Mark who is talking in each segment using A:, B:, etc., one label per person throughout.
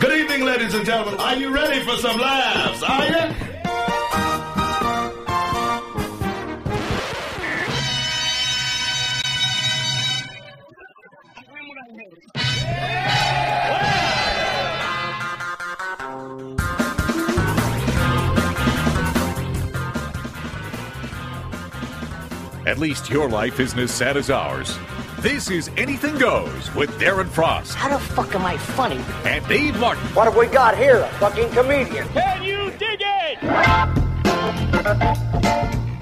A: morning, ladies and gentlemen. Are you ready for some laughs? Are you?
B: At least your life isn't as sad as ours. This is Anything Goes with Darren Frost
C: How the fuck am I funny?
B: and Dave Martin.
C: What have we got here? A fucking comedian.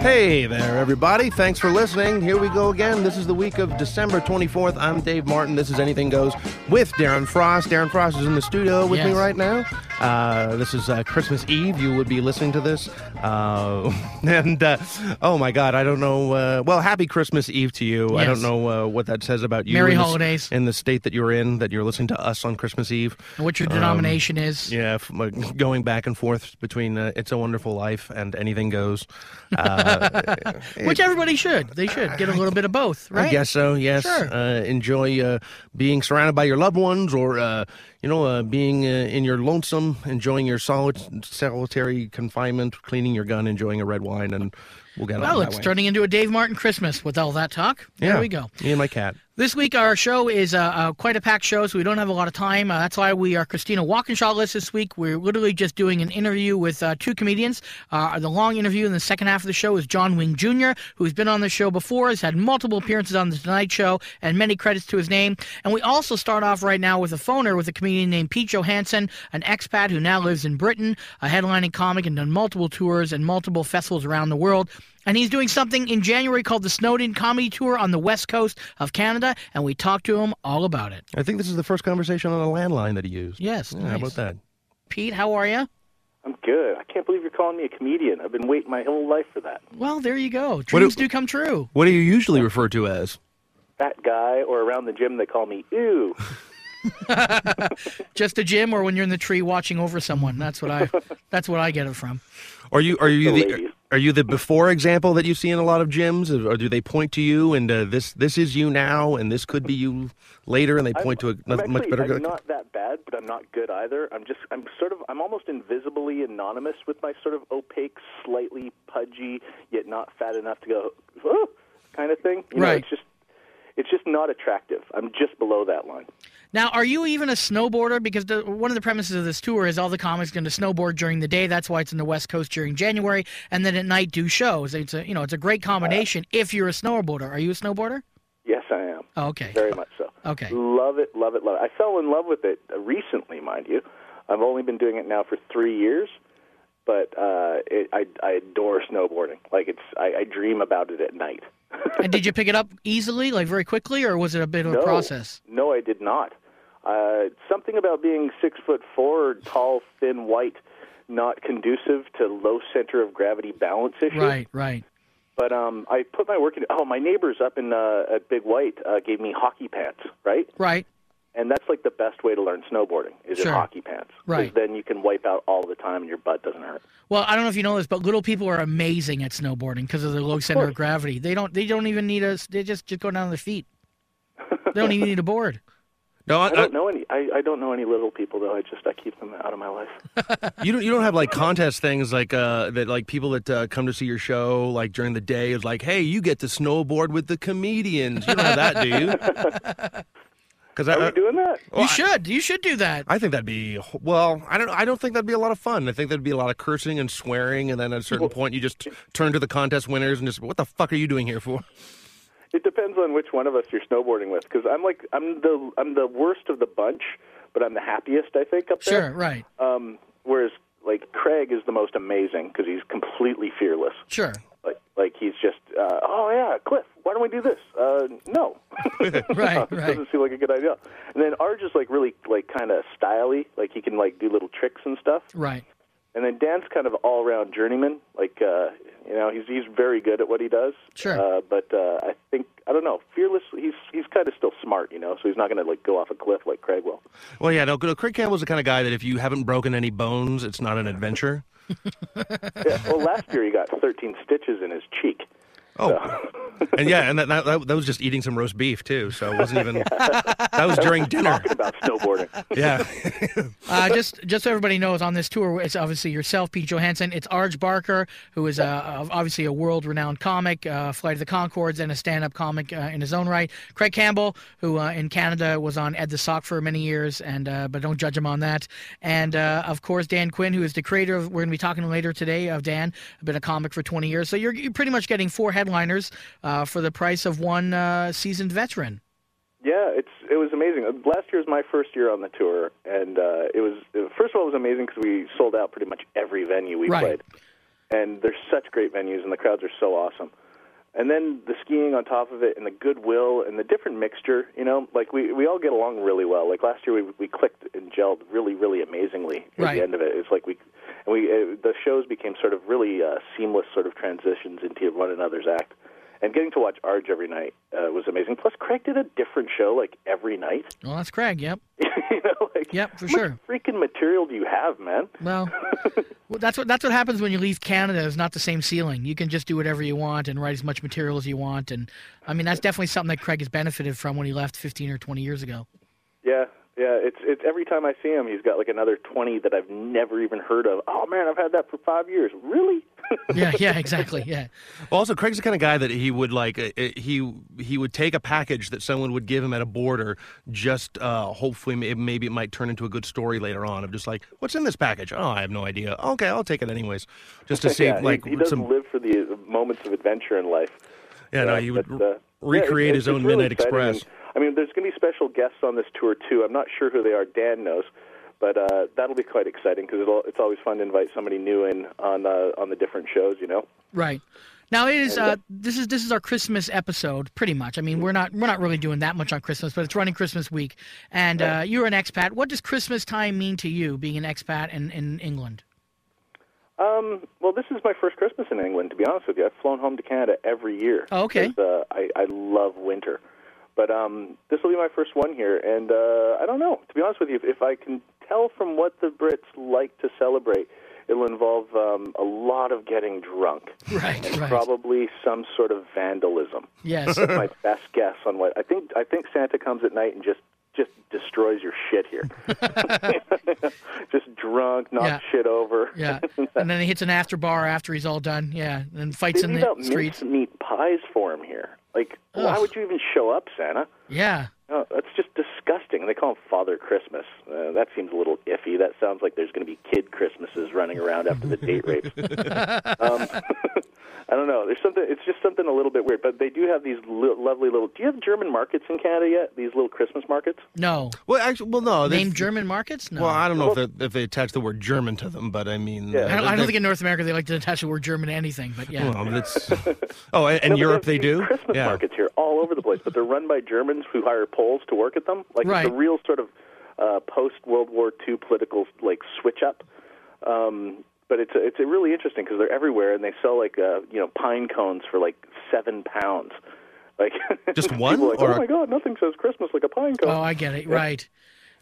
D: Hey there, everybody. Thanks for listening. Here we go again. This is the week of December 24th. I'm Dave Martin. This is Anything Goes with Darren Frost. Darren Frost is in the studio with me
E: Yes.
D: right now. Uh, this is uh, Christmas Eve. You would be listening to this. Uh, and uh, oh my God, I don't know. Uh, well, happy Christmas Eve to you. I
E: Yes.
D: don't know uh, what that says about you.
E: Merry
D: in the s-
E: holidays.
D: in the state that you're in, that you're listening to us on Christmas Eve.
E: And what your denomination is.
D: Um, Yeah, f- like, going back and forth between uh, "It's a Wonderful Life" and "Anything Goes." Uh,
E: Which everybody should. They should get a little bit of both, right?
D: I guess so. Yes.
E: Sure.
D: Uh, enjoy uh, being surrounded by your loved ones, or uh, you know, uh, being uh, in your lonesome, enjoying your solid solitary confinement, cleaning your gun, enjoying a red wine, and we'll get
E: Well,
D: on that
E: it's
D: way.
E: turning into a Dave Martin Christmas with all that talk.
D: Yeah.
E: There we go.
D: Me and my cat.
E: This week, our show is uh, uh, quite a packed show, so we don't have a lot of time. Uh, that's why we are Christina Walkinshaw-less this week. We're literally just doing an interview with uh, two comedians. Uh, the long interview in the second half of the show is John Wing Jr., who's been on the show before, has had multiple appearances on The Tonight Show, and many credits to his name. And we also start off right now with a phoner with a comedian named Pete Johansson, an expat who now lives in Britain, a headlining comic and done multiple tours and multiple festivals around the world. And he's doing something in January called the Snowden Comedy Tour on the west coast of Canada, and we talked to him all about it.
D: I think this is the first conversation on a landline that he used.
E: Yes,
D: Yeah, How
E: nice.
D: about that?
E: Pete, how are you?
F: I'm good. I can't believe you're calling me a comedian. I've been waiting my whole life for that.
E: Well, there you go. Dreams do come true.
D: What do you usually refer to as?
F: That guy, or around the gym, they call me ew.
E: Just a gym, or when you're in the tree watching over someone. That's what I. that's what I get it from.
D: Are you are you
F: The
D: the
F: ladies.
D: are you the before example that you see in a lot of gyms, or or do they point to you and uh, this this is you now, and this could be you later, and they point
F: I'm,
D: to a
F: I'm
D: much
F: actually-
D: better?
F: I'm not that bad, but I'm not good either. I'm just, I'm sort of, I'm almost invisibly anonymous with my sort of opaque, slightly pudgy, yet not fat enough to go, "Ooh," kind of thing. You Know,
E: Right.
F: it's just, it's just not attractive. I'm just below that line.
E: Now, are you even a snowboarder? Because the, one of the premises of this tour is all the comics going to snowboard during the day. That's why it's in the West Coast during January, and then at night do shows. It's a you know it's a great combination if you're a snowboarder. Are you a snowboarder?
F: Yes, I am.
E: Oh, okay.
F: Very much so.
E: Okay.
F: Love it, love it, love it. I fell in love with it uh, recently, mind you. I've only been doing it now for three years, but uh, it, I, I adore snowboarding. Like it's, I, I dream about it at night.
E: and did you pick it up easily, like very quickly, or was it a bit of a
F: No.
E: process?
F: No, I did not. Uh, something about being six foot four, tall, thin, white, not conducive to low center of gravity balance issues.
E: Right, right.
F: But um, I put my work in. Oh, my neighbors up in uh, at Big White uh, gave me hockey pants. Right.
E: Right.
F: And that's like the best way to learn snowboarding is
E: Sure.
F: in hockey pants. 'Cause
E: Right.
F: Then you can wipe out all the time and your butt doesn't hurt.
E: Well, I don't know if you know this, but little people are amazing at snowboarding because of the low center of gravity. They don't they don't even need a they just just go down on their feet. They don't even need a board.
D: no, I-
F: I
E: Uh,
F: don't know any. I, I don't know any little people though. I just I keep them out of my life.
D: you don't you don't have like contest things like uh, that like people that uh, come to see your show like during the day is like hey you get to snowboard with the comedians you don't have that do you? Because
E: Uh,
F: Are we
D: I, uh,
F: doing that?
E: you should you should do that.
D: I think that'd be well I don't I don't think that'd be a lot of fun I think there'd be a lot of cursing and swearing and then at a certain point you just turn to the contest winners and just what the fuck are you doing here for?
F: It depends on which one of us you're snowboarding with. Because I'm like I'm the I'm the worst of the bunch, but I'm the happiest I think up
E: Sure, right.
F: there. Um, whereas like Craig is the most amazing because he's completely fearless.
E: Sure.
F: Like like he's just uh, oh yeah Cliff why don't we do this? Uh, no.
E: Right,
F: This
E: right.
F: doesn't seem like a good idea. And then Arj is like really like kind of styly, like he can like do little tricks and stuff.
E: Right.
F: And then Dan's kind of all around journeyman, like uh, you know he's he's very good at what he does.
E: Sure.
F: Uh, but uh, I think I don't know. Fearless. He's he's kind of still smart, you know. So he's not going to like go off a cliff like Craig will.
D: Well, yeah, no, no, Craig Campbell's the kind of guy that if you haven't broken any bones, it's not an adventure.
F: Yeah. well, last year he got 13 stitches in his cheek.
D: Oh, and yeah, and that, that that was just eating some roast beef too. So it wasn't even. That was during dinner.
F: about snowboarding.
D: Yeah.
E: Uh, just just so everybody knows, on this tour, it's obviously yourself, Pete Johansson. It's Arj Barker, who is uh, obviously a world-renowned comic, uh, Flight of the Concords, and a stand-up comic uh, in his own right. Craig Campbell, who uh, in Canada was on Ed the Sock for many years, and uh, but don't judge him on that. And uh, of course, Dan Quinn, who is the creator. of We're going to be talking later today of Dan, been a comic for 20 years. So you're, you're pretty much getting four headliners uh, for the price of one uh, seasoned veteran.
F: Yeah, it's it was amazing. Uh, Last year was my first year on the tour, and uh, it was uh, first of all it was amazing because we sold out pretty much every venue we
E: Right.
F: played, and they're such great venues, and the crowds are so awesome. And then the skiing on top of it, and the goodwill, and the different mixture. You know, like we we all get along really well. Like last year, we we clicked and gelled really, really amazingly. At
E: Right.
F: the end of it, it's like we and we uh, the shows became sort of really uh, seamless, sort of transitions into one another's act. And getting to watch Arj every night uh, was amazing. Plus, Craig did a different show like every night.
E: Well, that's Craig. Yep.
F: you know, like
E: Yep, for
F: how much
E: sure.
F: Freaking material do you have, man?
E: Well, well, that's what that's what happens when you leave Canada. Is not the same ceiling. You can just do whatever you want and write as much material as you want. And I mean, that's definitely something that Craig has benefited from when he left 15 or 20 years ago.
F: Yeah, yeah. It's it's every time I see him, he's got like another twenty that I've never even heard of. Oh man, I've had that for five years. Really?
E: Yeah, yeah, exactly. Yeah,
D: Well, also, Craig's the kind of guy that he would like. uh, uh, He he would take a package that someone would give him at a border, just uh, hopefully may- maybe it might turn into a good story later on of just like what's in this package. Oh, I have no idea. Okay, I'll take it anyways, just to see
F: yeah, he-
D: like
F: he, doesn't
D: some.
F: live for the uh, moments of adventure in life.
D: Yeah, no, he would
F: but, uh, yeah,
D: recreate
F: it's-
D: his
F: it's
D: own
F: really
D: Midnight
F: exciting.
D: Express.
F: And, I mean, there's going to be special guests on this tour too. I'm not sure who they are. Dan knows, but uh, that'll be quite exciting because it's always fun to invite somebody new in on uh, on the different shows. You know.
E: right. Now it is. Uh, this is this is our Christmas episode, pretty much. I mean, we're not we're not really doing that much on Christmas, but it's running Christmas week. And uh, you're an expat. What does Christmas time mean to you, being an expat in, in England?
F: Um, well, this is my first Christmas in England. To be honest with you, I've flown home to Canada every year.
E: Oh, okay.
F: 'cause, Uh, I, I love winter, but um, this will be my first one here, and uh, I don't know. To be honest with you, if, if I can tell from what the Brits like to celebrate, it'll involve um, a lot of getting drunk,
E: Right, right.
F: probably some sort of vandalism.
E: Yes.
F: my best guess on what I think. I think Santa comes at night and just just destroys your shit here. just drunk, knocks
E: Yeah.
F: shit over.
E: Yeah, and then he hits an after bar after he's all done. Yeah, and then fights
F: They
E: in
F: leave
E: the
F: out
E: streets.
F: mincemeat pies for him here. Like, why
E: Ugh.
F: would you even show up, Santa?
E: Yeah,
F: No, that's just disgusting. They call him Father Christmas. Uh, that seems a little iffy. That sounds like there's going to be kid Christmases running around after the date rapes. um, I don't know. There's something. It's just something a little bit weird. But they do have these li- lovely little. Do you have German markets in Canada yet? These little Christmas markets.
E: no.
D: Well, actually, well, no, they-
E: Name German markets? No.
D: Well, I don't know if they, if they attach the word German to them, but I mean,
F: Yeah.
E: I don't, I
D: uh,
E: don't
D: they-
E: think in North America they like to attach the word German to anything, but yeah.
D: Well, that's, oh, and, and
F: No, but
D: Europe they
F: there's
D: do.
F: these Christmas
D: yeah.
F: markets here all over the place, but they're run by Germans who hire Poles to work at them. Like
E: Right.
F: it's a real sort of uh, post World War II political like switch up. Um, but it's it's really interesting because they're everywhere and they sell like uh, you know pine cones for like seven pounds. Like
D: Just
F: people
D: one,
F: are like,
D: or
F: oh
D: a-
F: my god, nothing says Christmas like a pine cone.
E: oh, I get it. Right.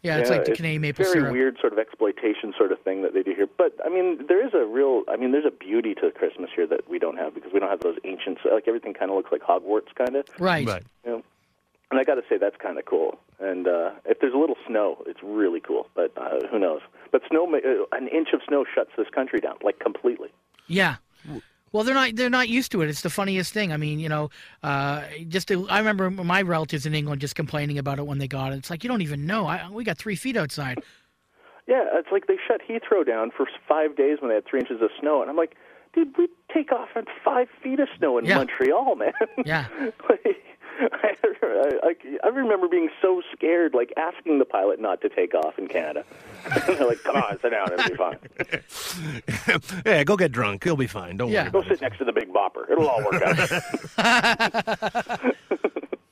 E: Yeah, it's
F: Yeah,
E: like the Canadian maple
F: very
E: syrup.
F: weird sort of exploitation sort of thing that they do here. But I mean, there is a real. I mean, there's a beauty to Christmas here that we don't have because we don't have those ancient. Like everything kind of looks like Hogwarts, kind of.
E: Right.
D: Right.
F: You know? And I got to say that's kind of cool. And uh, if there's a little snow, it's really cool. But uh, who knows? But snow, ma- uh, an inch of snow shuts this country down like completely.
E: Yeah. Well, they're not they're not used to it. It's the funniest thing. I mean, you know, uh, just to, I remember my relatives in England just complaining about it when they got it. It's like you don't even know. I, we got three feet outside.
F: Yeah, it's like they shut Heathrow down for five days when they had three inches of snow, and I'm like, dude, we take off at five feet of snow in
E: Yeah.
F: Montreal, man.
E: Yeah.
F: like, I, I, I remember being so scared, like asking the pilot not to take off in Canada. They're like, come on, sit down, it'll be fine.
D: yeah, go get drunk. You'll be fine. Don't
E: Yeah.
D: worry.
F: Go
D: About it.
F: sit next to the big bopper. It'll all work out.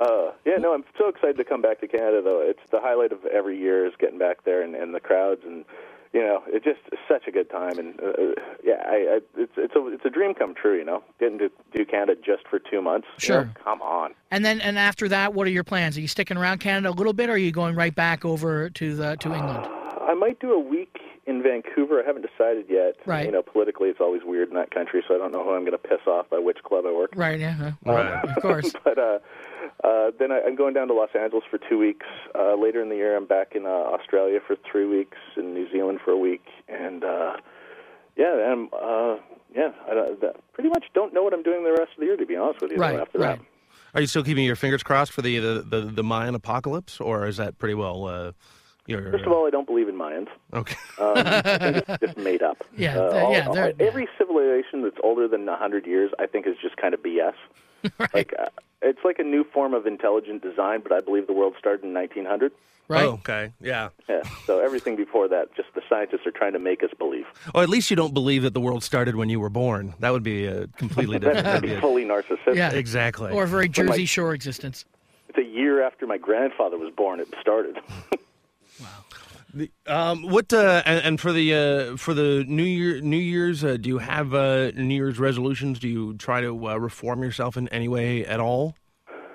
F: uh, yeah, no, I'm so excited to come back to Canada, though. It's the highlight of every year is getting back there and, and the crowds and. You know, it's just such a good time, and uh, yeah, I, I, it's it's a it's a dream come true. You know, getting to do Canada just for two months. you know?
E: Sure.
F: come on.
E: And then and after that, what are your plans? Are you sticking around Canada a little bit, or are you going right back over to the to England?
F: I might do a week in Vancouver. I haven't decided yet.
E: Right.
F: You know, politically, it's always weird in that country, so I don't know who I'm going to piss off by which club I work.
E: Right. Yeah. uh, Of course.
F: But uh, uh, then I, I'm going down to Los Angeles for two weeks. Uh, later in the year, I'm back in uh, Australia for three weeks and New Zealand for a week. And uh, yeah, then I'm, uh, yeah, I don't, that, pretty much don't know what I'm doing the rest of the year, to be honest with you. though,
E: Right.
F: after
E: Right.
F: that.
D: Are you still keeping your fingers crossed for the the, the, the Mayan apocalypse, or is that pretty well? Uh, your,
F: First of all, I don't believe in Mayans.
D: okay.
F: Um, I think it's just made up.
E: Yeah,
F: Uh,
E: th-
F: all-
E: yeah, they're-
F: every civilization that's older than 100 years, I think, is just kind of BS. Like, uh, it's like a new form of intelligent design, but I believe the world started in 1900.
E: Right.
D: Oh, okay. Yeah.
F: Yeah. So everything before that, just the scientists are trying to make us believe.
D: Or at least you don't believe that the world started when you were born. That would be a completely different. that'd
F: That'd be
D: be a-
F: fully narcissistic.
E: Yeah.
D: exactly.
E: Or a very Jersey Shore existence.
F: It's a year after my grandfather was born. It started.
D: Um, what uh, and, and for the uh, for the New Year New Year's, uh, do you have uh, New Year's resolutions? Do you try to uh, reform yourself in any way at all?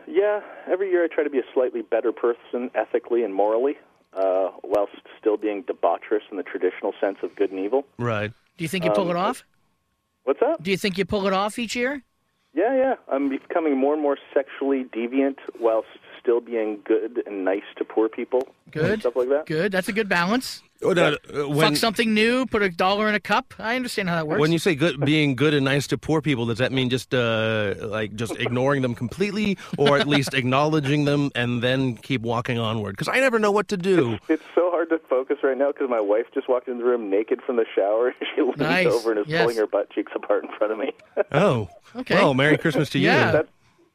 F: yeah. Every year, I try to be a slightly better person, ethically and morally, uh, whilst still being debaucherous in the traditional sense of good and evil.
D: Right.
E: Do you think you
F: Um,
E: pull it off?
F: What's up?
E: Do you think you pull it off each year?
F: Yeah, yeah. I'm becoming more and more sexually deviant whilst still being good and nice to poor people.
E: Good.
F: And stuff like that.
E: Good. That's a good balance.
D: uh, when,
E: Fuck something new. Put a dollar in a cup. I understand how that works.
D: when you say good, being good and nice to poor people, does that mean just uh, like just ignoring them completely, or at least acknowledging them and then keep walking onward? Because I never know what to do.
F: It's so hard to focus right now because my wife just walked in the room naked from the shower. and She leans
E: Nice.
F: over and is
E: Yes.
F: pulling her butt cheeks apart in front of me.
D: Oh,
E: Okay.
D: Well, Merry Christmas to
E: Yeah.
D: you.
F: That's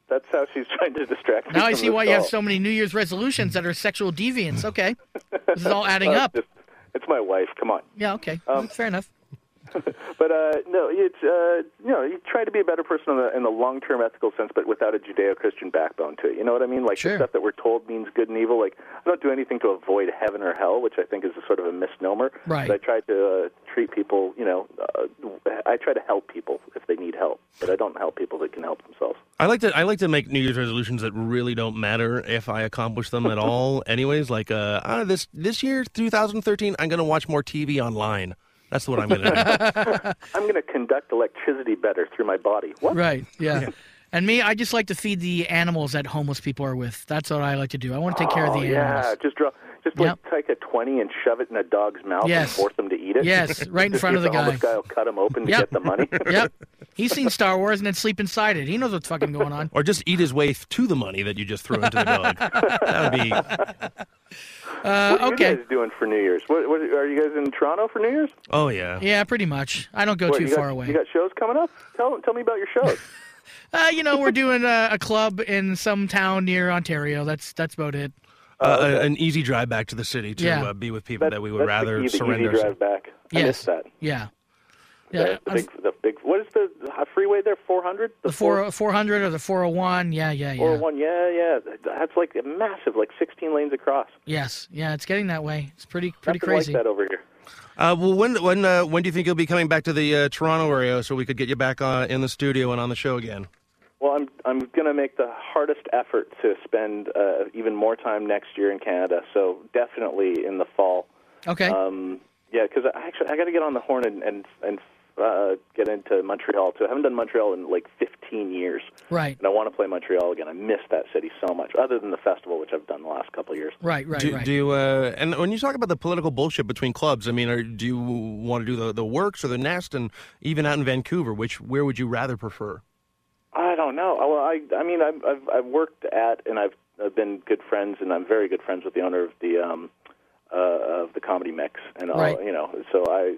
F: that's how she's trying to distract me.
E: now I
F: from
E: see
F: this
E: why you have
F: call.
E: so many New Year's resolutions that are sexual deviants. Okay. this is all adding
F: Uh,
E: up.
F: just- um, it's my wife. Come on.
E: Yeah. Okay. Fair enough.
F: But uh, no, it's uh, you know you try to be a better person in the, in the long term ethical sense, but without a Judeo-Christian backbone to it. You know what I mean? Like
E: Sure.
F: the stuff that we're told means good and evil. Like I don't do anything to avoid heaven or hell, which I think is a sort of a misnomer.
E: Right.
F: But I try to uh, treat people. You know, uh, I try to help people if they need help, but I don't help people that can help themselves.
D: I like to I like to make New Year's resolutions that really don't matter if I accomplish them at all. Anyways, like uh, ah, this this year, 2013, I'm gonna watch more TV online. That's what I'm gonna do.
F: I'm going to conduct electricity better through my body. What?
E: Right. Yeah. And me, I just like to feed the animals that homeless people are with. That's what I like to do. I want to take care of the
F: Oh, Yeah,
E: animals.
F: just draw. Just
E: Yep.
F: like take a twenty and shove it in a dog's mouth and
E: Yes.
F: force them to eat it.
E: Yes, right in
F: Just
E: front
F: see
E: of
F: if
E: the
F: homeless
E: guy.
F: guy will cut him open to
E: Yep.
F: get the money.
E: Yep. He's seen Star Wars and then sleep inside it. He knows what's fucking going on.
D: or just eat his way th- to the money that you just threw into the dog. that would be.
F: what are
E: okay.
F: you guys doing for New Year's? What, what are you guys in Toronto for New Year's?
D: Oh yeah.
E: Yeah, pretty much. I don't go
F: What,
E: too
F: you got,
E: far away.
F: You got shows coming up? Tell tell me about your shows.
E: Uh, you know, we're doing a, a club in some town near Ontario. That's that's about it.
D: Uh, a- An easy drive back to the city to
E: Yeah.
D: uh, be with people
F: That's,
D: that we would
F: that's
D: rather
F: the key, the
D: surrender.
F: Easy drive back. I
E: Yes.
F: missed that.
E: Yeah. Yeah.
F: the,
E: I'm-
F: big, the big. What is the uh, freeway there? Four hundred.
E: the four, 400 or the 401. Yeah, yeah, yeah.
F: Four oh one. Yeah, yeah. That's like massive, like sixteen lanes across.
E: Yes. Yeah, it's getting that way. It's pretty pretty
F: Nothing
E: crazy.
F: Like that over here.
D: Uh, well, when when uh, when do you think you'll be coming back to the uh, Toronto area so we could get you back uh, in the studio and on the show again?
F: Well, I'm I'm going to make the hardest effort to spend uh, even more time next year in Canada. So definitely in the fall.
E: okay.
F: Um, yeah, because I actually I got to get on the horn and and, and uh, get into Montreal too. I haven't done Montreal in like 15 years,
E: right.
F: and I want to play Montreal again. I miss that city so much. Other than the festival, which I've done the last couple of years.
E: Right, right,
D: Do,
E: right.
D: do you, uh, and when you talk about the political bullshit between clubs, I mean, are, do you want to do the, the works or the nest, and even out in Vancouver, which where would you rather prefer?
F: I don't know. Uh, Well, I I mean I've I've, I've worked at and I've, I've been good friends and I'm very good friends with the owner of the um uh, of the comedy mix and all
E: Right.
F: you know. So I.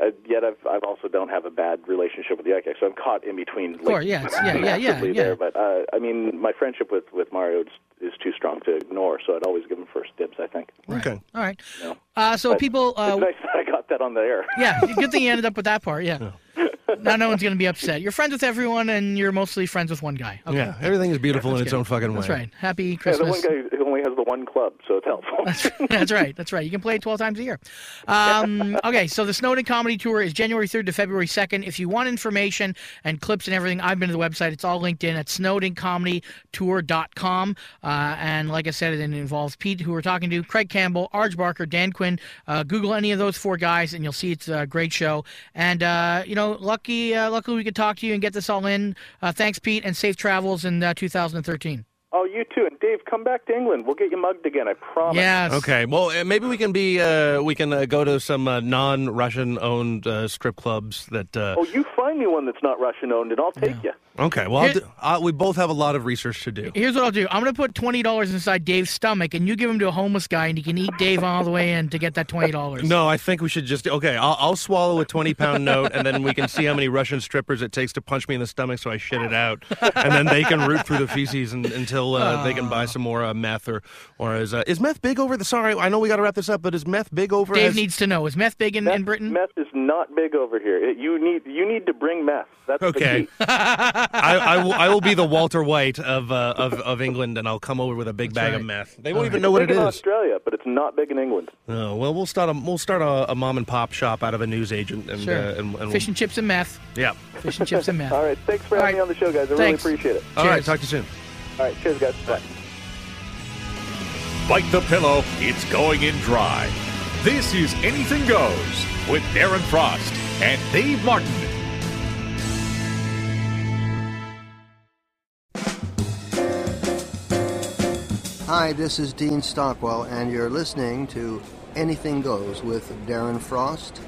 F: Uh, yet I've I've also don't have a bad relationship with the ICAC, so I'm caught in between. Like,
E: course, yeah, it's- yeah, yeah, yeah,
F: massively
E: yeah.
F: There, but uh, I mean, my friendship with with Mario is, is too strong to ignore, so I'd always give him first dibs. I think.
E: Right.
D: Okay.
E: All right. Uh, so people, uh,
F: it's nice that I got that on the air.
E: yeah, good thing you ended up with that part. Yeah. now no one's going to be upset. You're friends with everyone, and you're mostly friends with one guy. Okay.
D: Yeah, everything is beautiful in its own fucking way.
E: That's right. Happy
F: Yeah, the
E: Christmas.
F: one guy who only has the one club, so it's helpful.
E: that's right. That's right. You can play it 12 times a year. Um, okay, so the Snowden Comedy Tour is January 3rd to February 2nd. If you want information and clips and everything, I've been to the website. It's all linked in at snowdencomedytour.com. Uh, and like I said, it involves Pete, who we're talking to, Craig Campbell, Arj Barker, Dan Quinn. Uh, Google any of those four guys, and you'll see it's a great show. And, uh, you know, lucky, uh, luckily we could talk to you and get this all in. Uh, thanks, Pete, and safe travels in uh, 2013.
F: oh, you too. And Dave, come back to England. We'll get you mugged again. I promise.
E: Yes.
D: Okay, well, uh, maybe we can be uh, we can uh, go to some uh, non-Russian owned uh, strip clubs that. Uh,
F: Oh, you find me one that's not Russian owned, and I'll take you.
D: okay, well, I'll
E: Here-
D: do, uh, we both have a lot of research to do.
E: Here's what I'll do. I'm gonna put twenty dollars inside Dave's stomach, and you give him to a homeless guy, and he can eat Dave all the way in to get that twenty dollars.
D: No, I think we should just okay. I'll, I'll swallow a twenty-pound note, and then we can see how many Russian strippers it takes to punch me in the stomach, so I shit it out, and then they can root through the feces and, until uh, they can
E: Ah.
D: buy some more uh, meth or or is uh, is meth big over the? Sorry, I know we got to wrap this up, but is meth big over?
E: Dave
D: as-
E: needs to know: Is meth big in, in Britain?
F: Meth is not big over here. It, you need you need to bring meth. That's
D: Okay,
F: The key.
D: I, I, will, I will be the Walter White of uh, of of England, and I'll come over with a big bag of
E: right.
D: meth. Uh, They won't even know what
F: big
D: it
F: in
D: is.
F: Australia, but it's not big in England.
D: Oh, well, we'll start a we'll start a, a mom and pop shop out of a newsagent, and,
E: Sure.
D: uh, and, and we'll-
E: Fish and chips and meth.
D: yeah.
E: Fish and chips and meth.
F: All right. Thanks for
E: All
F: having
E: right.
F: me on the show, guys. I
E: Thanks.
F: really appreciate it.
D: All right,
E: Cheers.
D: talk to you soon.
F: All right. Cheers, guys. Bye.
B: Bite the pillow, it's going in dry. This is Anything Goes with Darren Frost and Dave Martin.
G: Hi, this is Dean Stockwell, and you're listening to Anything Goes with Darren Frost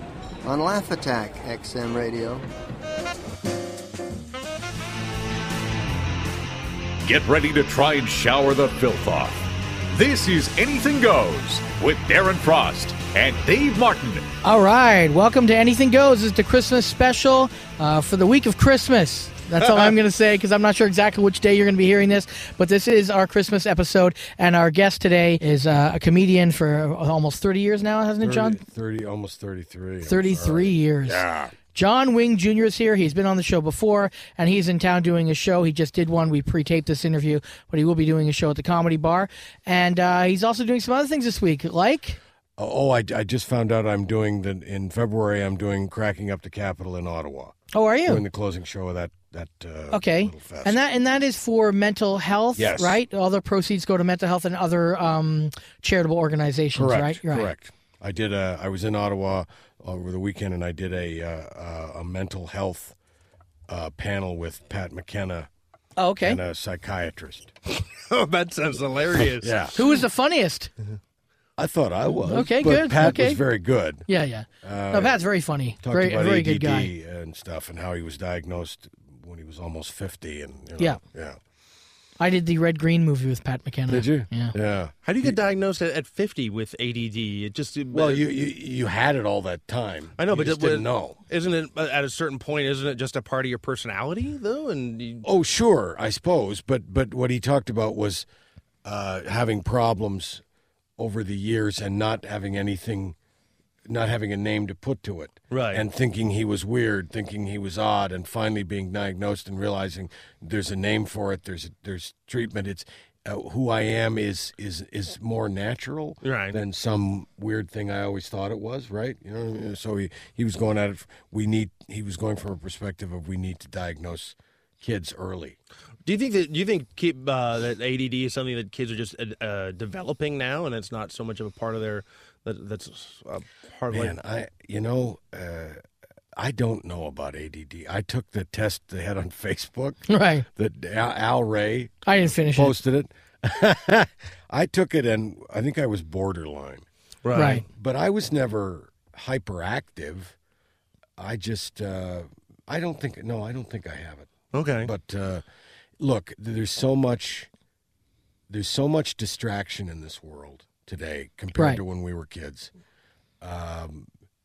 G: on Laugh Attack XM Radio.
B: Get ready to try and shower the filth off. This is Anything Goes with Darren Frost and Dave Martin.
E: All right. Welcome to Anything Goes. This is the Christmas special uh, for the week of Christmas. That's all I'm going to say because I'm not sure exactly which day you're going to be hearing this, but this is our Christmas episode, and our guest today is uh, a comedian for almost 30 years now, hasn't it, John?
H: 30, almost 33. I'm
E: 33 years. John Wing Jr. is here. He's been on the show before, and he's in town doing a show. He just did one. We pre-taped this interview, but he will be doing a show at the Comedy Bar, and uh, he's also doing some other things this week, like
H: sorry. Oh, I, I just found out I'm doing the in February. I'm doing cracking up the Capitol in Ottawa.
E: oh, are
H: Doing
E: you
H: the closing show of that that uh,
E: okay?
H: little fest.
E: And that and that is for mental health,
H: Yes.
E: right? All the proceeds go to mental health and other um, charitable organizations,
H: correct,
E: right? You're right.
H: correct. I did. A, I was in Ottawa uh, over the weekend, and I did a uh, uh, a mental health uh, panel with Pat McKenna
E: Oh, okay.
H: and uh, a psychiatrist.
D: Oh, that sounds hilarious.
H: Yeah,
E: Who was the funniest?
H: I thought I was
E: Okay,
H: but
E: good,
H: Pat
E: okay.
H: was very good.
E: Yeah, yeah. no, Pat's very funny.
H: Uh, talked
E: very,
H: about
E: very
H: ADD
E: good guy.
H: and stuff, and how he was diagnosed when he was almost fifty, and you know,
E: Yeah.
H: yeah.
E: I did the Red Green movie with Pat McKenna.
H: Did you?
E: Yeah.
H: Yeah.
D: How do you get diagnosed at, at 50 with ADD? It just
H: Well, you, you you had it all that time.
D: I know,
H: You
D: but
H: just
D: it-
H: didn't know.
D: Isn't it uh, at a certain point? Isn't it just a part of your personality though? And you,
H: Oh, sure, I suppose. But but what he talked about was uh, having problems over the years and not having anything, not having a name to put to it.
D: Right.
H: And thinking he was weird, thinking he was odd, and finally being diagnosed and realizing there's a name for it. There's there's treatment. It's uh, who I am is is is more natural
D: Right.
H: than some weird thing I always thought it was. Right. You know. So he he was going at it. f- We need. He was going from a perspective of we need to diagnose kids early.
D: do you think that do you think keep uh, that ADD is something that kids are just uh, uh, developing now, and it's not so much of a part of their that, that's a part of
H: Man,
D: like
H: I you know, uh, I don't know about ADD. I took the test they had on Facebook
E: Right.
H: that Al, Al Ray
E: I didn't finish it.
H: posted it. I took it and I think I was borderline,
E: Right.
H: but I was never hyperactive. I just uh, I don't think no, I don't think I have it.
D: Okay.
H: But uh, look, there's so much, there's so much distraction in this world today compared
E: Right.
H: to when we were kids. Um,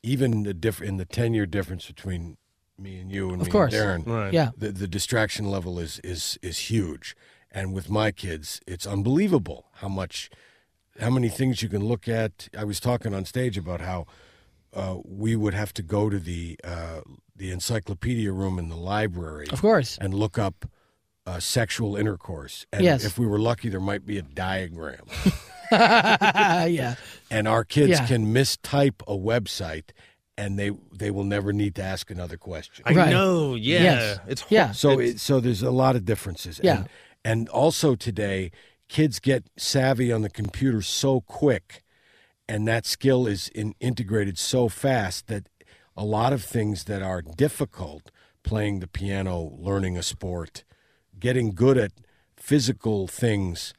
H: even the diff in the ten year difference between me and you and me
E: course.
H: and Darren,
D: Right.
E: Yeah.
H: the the distraction level is is is huge. And with my kids, it's unbelievable how much, how many things you can look at. I was talking on stage about how uh, we would have to go to the uh, the encyclopedia room in the library
E: Of course.
H: and look up uh, sexual intercourse. And
E: Yes.
H: if we were lucky, there might be a diagram.
E: yeah.
H: and our kids
E: Yeah.
H: can mistype a website and they they will never need to ask another question
D: I
E: Right.
D: know. Yeah.
E: Yes.
D: It's hor-
E: Yeah.
H: so it, so there's a lot of differences
E: Yeah.
H: and, and also today kids get savvy on the computer so quick and that skill is in, integrated so fast that a lot of things that are difficult playing the piano learning a sport getting good at physical things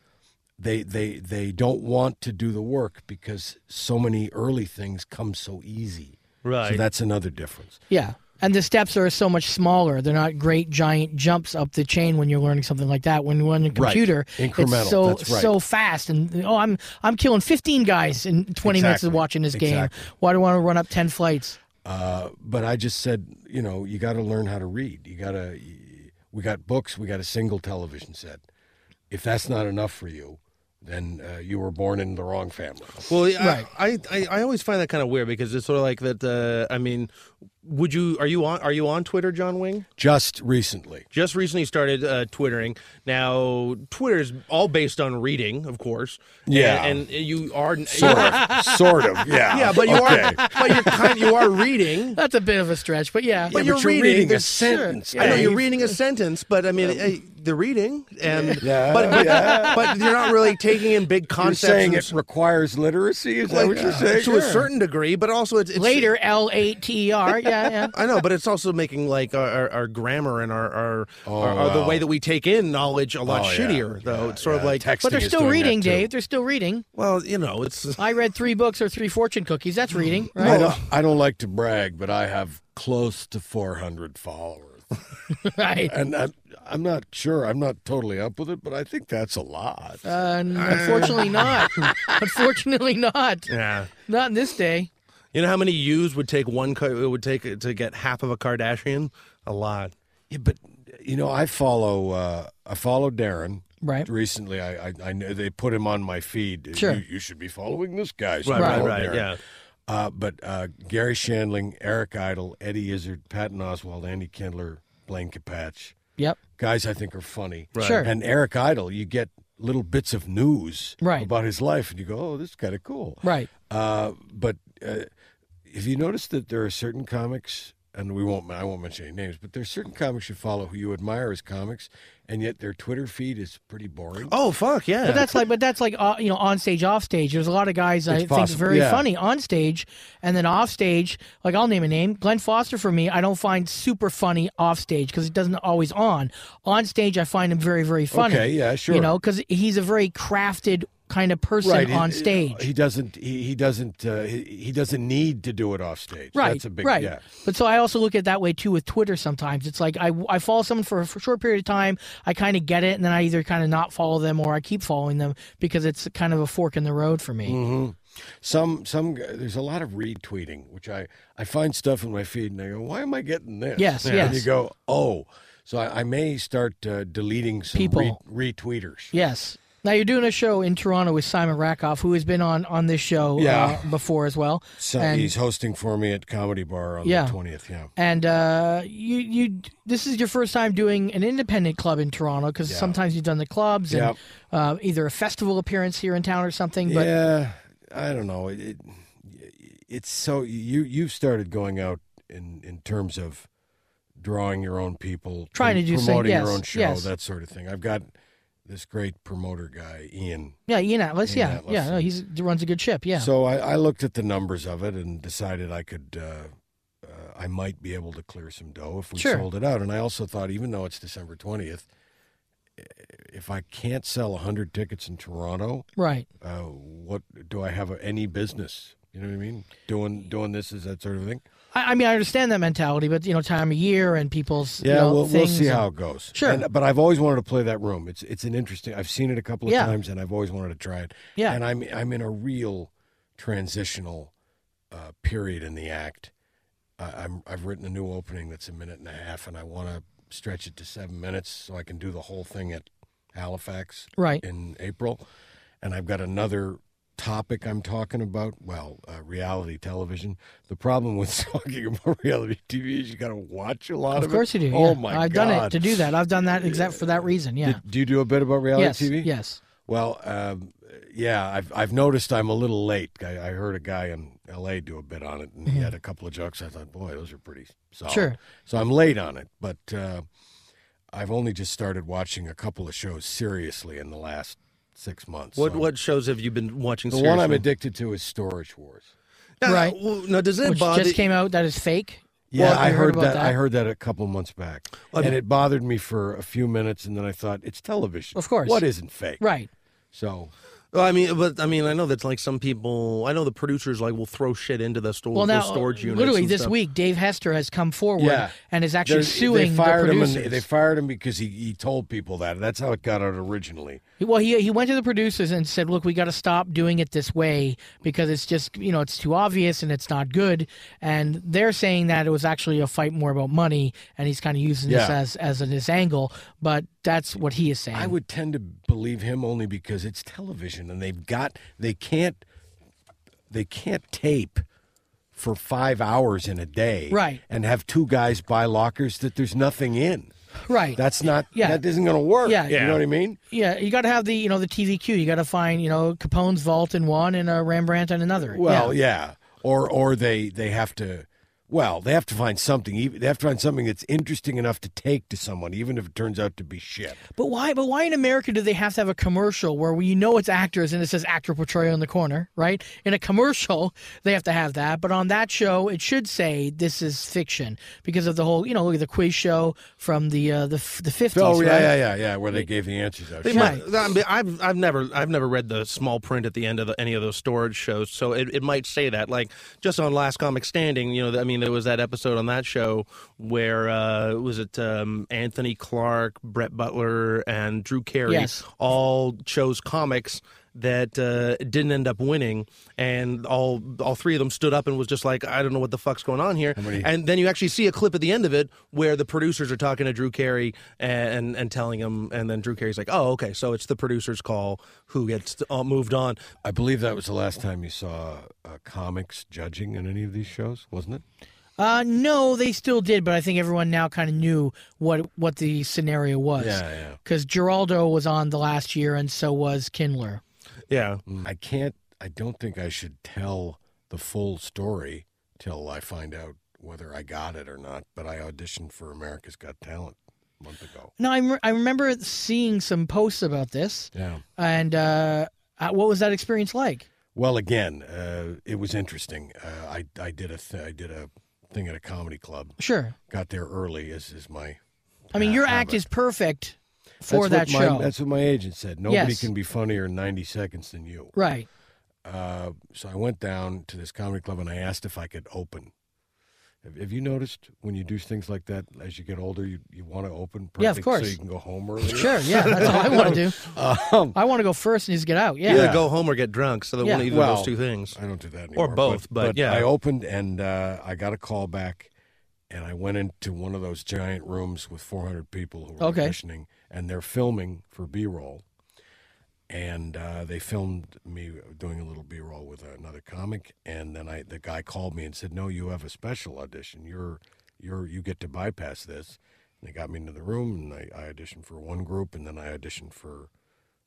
H: they they they don't want to do the work because so many early things come so easy
D: Right.
H: so that's another difference
E: Yeah. And the steps are so much smaller. They're not great giant jumps up the chain when you're learning something like that. When you're on a computer,
H: Incremental.
E: it's so
H: That's right.
E: so fast and oh I'm I'm killing 15 guys in 20 minutes of
H: Exactly.
E: watching this
H: Exactly.
E: game. Why do I want to run up 10 flights?
H: but I just said, you know, you got to learn how to read. You got to. We got books. We got a single television set. If that's not enough for you, then uh, you were born in the wrong family.
D: Well, I, I, I, I always find that kind of weird because it's sort of like that. Uh, I mean, would you are you on are you on Twitter, John Wing?
H: Just recently,
D: Just recently started uh, twittering. Now, Twitter is all based on reading, of course.
H: Yeah.
D: and, and you are
H: sort of, sort of, yeah,
D: yeah, but you
H: okay.
D: are but you're kind you are reading.
E: That's a bit of a stretch, but yeah.
D: But
H: but
D: you're
H: you're
D: reading,
H: reading a
D: there's-
H: sentence.
D: I know
H: Dave.
D: you're reading a sentence, but I mean, hey, the reading and
H: Yeah,
D: but but,
H: yeah.
D: but you're not really taking in big
H: You're
D: concepts.
H: saying
D: and
H: it
D: s-
H: requires literacy. Is that what you're saying?
D: to a certain degree, but also it's, it's
E: Later L A T E R. Yeah, yeah.
D: I know, but it's also making like our, our, our grammar and our our, our, our- the way that we take in knowledge a lot
H: Oh, yeah.
D: shittier. Though
H: Yeah,
D: it's sort of
H: yeah.
D: like,
H: Texting
E: But they're
H: is
E: still
H: doing that,
E: reading,
H: too.
E: Dave. They're still reading.
D: well, you know, it's
E: I read three books or three fortune cookies. That's reading,
H: I
E: right?
H: don't, I don't like to brag, but I have close to 400 followers,
E: right.
H: and I'm, I'm not sure. I'm not totally up with it, but I think that's a lot.
E: Uh, unfortunately not. unfortunately not.
D: yeah.
E: Not in this day.
D: You know how many U's would take one? Ka- It would take to get half of a Kardashian. A lot.
H: Yeah, but you know, I follow uh, I follow Darren.
E: Right.
H: Recently, I, I I know they put him on my feed.
E: Sure.
H: You, you should be following this guy. So
D: Right, right,
H: follow
D: right.
H: Darren.
D: Yeah.
H: Uh, but uh, Gary Shandling, Eric Idle, Eddie Izzard, Patton Oswald, Andy Kindler, Blaine Capatch.
E: Yep.
H: Guys, I think are funny.
E: Right. Sure.
H: And Eric Idle, you get little bits of news
E: Right.
H: about his life, and you go, "Oh, this is kind of cool."
E: Right.
H: Uh, but uh, if you notice that there are certain comics, and we won't, I won't mention any names, but there's certain comics you follow who you admire as comics, and yet their Twitter feed is pretty boring.
D: Oh fuck yeah.
E: But that's like, but that's like, uh, you know, on stage, off stage. There's a lot of guys I think
H: possible,
E: very
H: yeah.
E: funny on stage, and then off stage. Like I'll name a name, Glenn Foster. For me, I don't find super funny off stage because it doesn't always on. On stage, I find him very, very funny.
H: Okay, yeah, sure.
E: You know, because he's a very crafted kind of person
H: he-
E: on stage.
H: he doesn't. He, he doesn't. Uh, he, he doesn't need to do it off stage.
E: Right.
H: That's a big
E: right.
H: yeah.
E: But so I also look at it that way too with Twitter sometimes. It's like I, I follow someone for a for a short period of time, I kind of get it, and then I either kind of not follow them or I keep following them because it's kind of a fork in the road for me.
H: Mm-hmm. Some some g- there's a lot of retweeting, which I I find stuff in my feed and I go, why am I getting this?
E: Yes,
H: and
E: yes.
H: you go, oh, so I, I may start uh, deleting some
E: People.
H: Re- retweeters.
E: Yes. Now you're doing a show in Toronto with Simon Rakoff, who has been on on this show
H: Yeah.
E: uh, before as well.
H: So
E: And-
H: he's hosting for me at Comedy Bar on
E: Yeah.
H: the twentieth. Yeah.
E: And uh, you you this is your first time doing an independent club in Toronto because sometimes you've done the clubs and
H: Yep.
E: uh, either a festival appearance here in town or something. But
H: yeah, I don't know. It, it, it's so you you've started going out in in terms of drawing your own people,
E: Trying to do some-
H: promoting
E: yes,
H: your own show,
E: yes.
H: that sort of thing. I've got this great promoter guy, Ian.
E: yeah, Ian Atlas,
H: Ian
E: yeah,
H: Atlas.
E: yeah, no, he's he runs a good ship, yeah.
H: So I, I looked at the numbers of it and decided I could. Uh, uh, I might be able to clear some dough if we
E: Sure.
H: sold it out. And I also thought, even though it's December 20th, if I can't sell 100 tickets in Toronto,
E: right.
H: uh, what do I have any business? You know what I mean? Doing doing this is that sort of thing.
E: I, I mean, I understand that mentality, but you know, time of year and people's you
H: Yeah,
E: know,
H: we'll, we'll
E: things
H: see
E: and-
H: how it goes.
E: Sure.
H: And- but I've always wanted to play that room. It's it's an interesting. I've seen it a couple of
E: Yeah.
H: times, and I've always wanted to try it.
E: Yeah.
H: And I'm I'm in a real transitional uh, period in the act. Uh, I'm I've written a new opening that's a minute and a half, and I want to stretch it to seven minutes so I can do the whole thing at Halifax
E: Right.
H: in April, and I've got another topic I'm talking about. Well, uh, reality television. The problem with talking about reality TV is you got to watch a lot of,
E: Of course
H: it.
E: you do.
H: Oh
E: yeah.
H: my
E: I've
H: god!
E: done it to do that. I've done that exact for that reason. Yeah.
H: Did- do you do a bit about reality
E: yes.
H: TV?
E: Yes.
H: Well, um, yeah, I've I've noticed I'm a little late. I, I heard a guy in L.A. do a bit on it, and he had a couple of jokes. I thought, boy, those are pretty solid.
E: Mm-hmm. Sure.
H: So I'm late on it, but uh, I've only just started watching a couple of shows seriously in the last six months.
D: What
H: So
D: what shows have you been watching?
H: The one I'm
D: seriously?
H: addicted to is Storage Wars.
D: Now,
E: Right.
D: well, now, does it
E: Which
D: bother?
E: just came out that is fake.
H: Yeah,
E: Well,
H: I
E: you heard
H: heard
E: about
H: that,
E: that.
H: I heard that a couple months back,
D: Well, I
H: and
D: mean-
H: it bothered me for a few minutes, and then I thought, it's television.
E: Of course.
H: What isn't fake?
E: Right.
H: So
D: Well, I mean, but I mean, I know that's like some people. I know the producers like will throw shit into the store
E: Well, now,
D: storage units.
E: literally
D: and
E: this
D: stuff.
E: week, Dave Hester has come forward
H: Yeah.
E: and is actually
H: There's-
E: suing
H: they
E: the
H: fired him.
E: producers.
H: And they fired him because he, he told people that. That's how it got out originally.
E: Well, he he went to the producers and said, "Look, we got to stop doing it this way because it's just you know it's too obvious and it's not good." And they're saying that it was actually a fight more about money, and he's kind of using this
H: Yeah.
E: as as an, his angle. But that's what he is saying.
H: I would tend to believe him only because it's television, and they've got they can't they can't tape for five hours in a day,
E: Right.
H: And have two guys buy lockers that there's nothing in.
E: right.
H: That's not.
E: Yeah.
H: That isn't going to work.
E: Yeah.
H: You know what I mean?
E: yeah. You got to have the you know the TVQ. You got to find you know Capone's vault in one and a Rembrandt in another.
H: Well,
E: yeah.
H: yeah. Or or they they have to well, they have to find something. even- They have to find something that's interesting enough to take to someone, even if it turns out to be shit.
E: But why? But why in America do they have to have a commercial where we know it's actors and it says actor portrayal in the corner, right? In a commercial, they have to have that. But on that show, it should say this is fiction because of the whole, you know, look at the quiz show from the uh, the f- the fifties.
H: Oh yeah,
E: right?
H: yeah, yeah, yeah. Where they gave the answers out.
D: They
H: Shit.
D: might, I mean, I've I've never I've never read the small print at the end of the, any of those storage shows, so it, it might say that. Like just on Last Comic Standing, you know, I mean, there was that episode on that show where uh, was it um, Anthony Clark, Brett Butler, and Drew Carey
E: Yes.
D: all chose comics that uh, didn't end up winning, and all all three of them stood up and was just like, I don't know what the fuck's going on here. And then you actually see a clip at the end of it where the producers are talking to Drew Carey and and, telling him, and then Drew Carey's like, Oh, okay, so it's the producer's call who gets uh, moved on.
H: I believe that was the last time you saw uh, comics judging in any of these shows, wasn't it?
E: Uh, no, they still did, but I think everyone now kind of knew what what the scenario was.
H: Yeah, yeah.
E: Because Geraldo was on the last year, and so was Kindler.
D: Yeah,
H: Mm. I can't. I don't think I should tell the full story till I find out whether I got it or not. But I auditioned for America's Got Talent a month ago.
E: No, I, rem- I remember seeing some posts about this,
H: Yeah.
E: and uh, uh, what was that experience like?
H: Well, again, uh, it was interesting. Uh, I I did a th- I did a thing at a comedy club.
E: Sure.
H: Got there early, as is my.
E: I mean, your
H: ha-
E: act
H: habit.
E: is perfect for that
H: That's what my-
E: show.
H: that's what my agent said. Nobody
E: Yes.
H: can be funnier in ninety seconds than you.
E: right.
H: Uh, so I went down to this comedy club and I asked if I could open. Have, have you noticed when you do things like that as you get older, you, you want to open?
E: Yeah, of
H: perfect So
E: course.
H: you can go home earlier.
E: Sure. Yeah. That's all I want to do.
H: Um,
E: I want to go first and just get out. Yeah.
D: either go home or get drunk, so that
E: Yeah.
D: one of either of
H: Well,
D: those two things.
H: I don't do that anymore.
D: Or both, but yeah.
H: I opened and uh, I got a call back, and I went into one of those giant rooms with 400 people who were
E: Okay.
H: auditioning, and they're filming for B-roll, and uh, they filmed me doing a little B-roll with another comic, and then I the guy called me and said, "No, you have a special audition. You're you're you get to bypass this." And they got me into the room, and I, I auditioned for one group, and then I auditioned for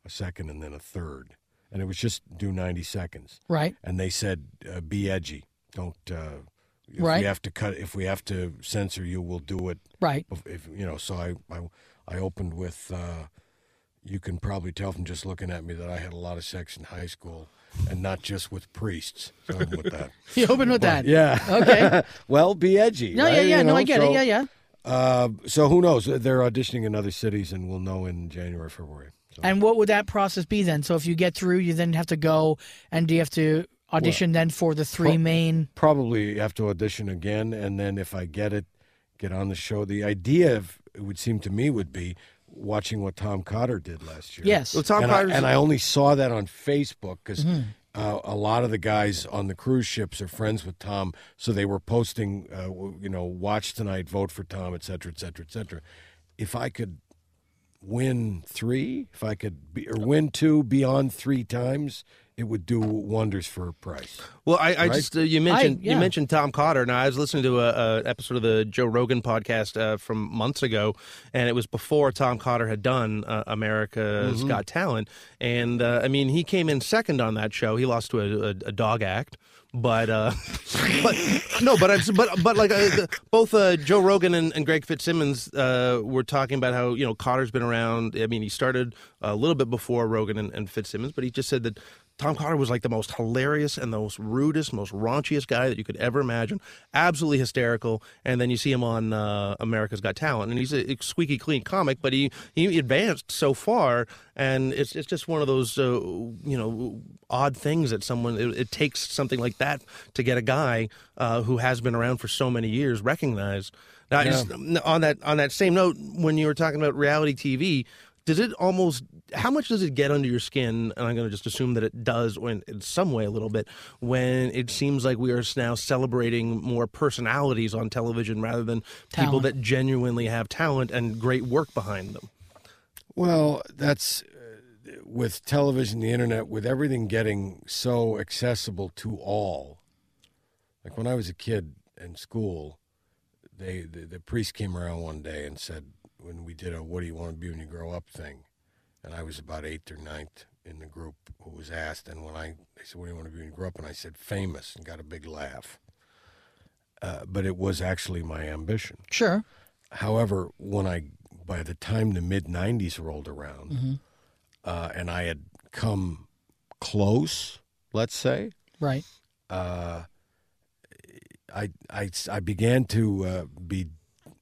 H: a second, and then a third. And it was just do 90 seconds
E: Right.
H: and they said uh, be edgy don't uh, if
E: Right.
H: we have to cut if we have to censor you we'll do it
E: Right.
H: if, if you know so I, I i opened with uh, you can probably tell from just looking at me that i had a lot of sex in high school and not just with priests so I opened with that
E: You open with that.
H: yeah
E: Okay.
H: well be edgy
E: No.
H: right?
E: Yeah. Yeah.
H: You
E: no.
H: know,
E: I get
H: so,
E: it. Yeah. Yeah.
H: uh, so who knows they're auditioning in other cities and we'll know in january february so.
E: And what would that process be then? So if you get through, you then have to go, and do you have to audition then for the three main?
H: probably have to audition again and then if i get it get on the show the idea of, it would seem to me would be watching what tom cotter did last year
E: Yes.
D: Well, Tom
H: and, I,
D: Cotter's-
H: and I only saw that on facebook because uh, a lot of the guys on the cruise ships are friends with tom so they were posting uh, w- you know watch tonight vote for tom et cetera et cetera et cetera if i could win three if i could be or win two beyond three times it would do wonders for a price.
D: Well, I, I
H: Right?
D: just uh, you mentioned
E: yeah.
D: you mentioned Tom Cotter. Now I was listening to a, a episode of the Joe Rogan podcast uh, from months ago, and it was before Tom Cotter had done uh, America's Got Talent. And uh, I mean, he came in second on that show. He lost to a, a, a dog act, but uh, but no, but it's, but but like uh, the, both uh, Joe Rogan and, and Greg Fitzsimmons uh, were talking about how you know Cotter's been around. I mean, he started a little bit before Rogan and, and Fitzsimmons, but he just said that Tom Cotter was like the most hilarious and the most rudest, most raunchiest guy that you could ever imagine. Absolutely hysterical. And then you see him on uh, America's Got Talent, and he's a squeaky clean comic, but he, he advanced so far, and it's it's just one of those uh, you know odd things that someone it, it takes something like that to get a guy uh, who has been around for so many years recognized. Now, I just, on that on that same note, when you were talking about reality TV, does it almost how much does it get under your skin and i'm going to just assume that it does when in some way a little bit when it seems like we are now celebrating more personalities on television rather than people
E: Talent.
D: that genuinely have talent and great work behind them
H: Well, that's uh, with television, the internet, with everything getting so accessible to all. Like when I was a kid in school, they the, the priest came around one day and said, when we did a "What do you want to be when you grow up?" thing, and I was about eighth or ninth in the group who was asked, and when I they said, "What do you want to be when you grow up?" and I said, "Famous," and got a big laugh. Uh, but it was actually my ambition.
E: Sure.
H: However, when I by the time the mid '90s rolled around,
D: Mm-hmm.
H: uh, and I had come close, let's say,
E: Right.
H: I I, I began to uh, be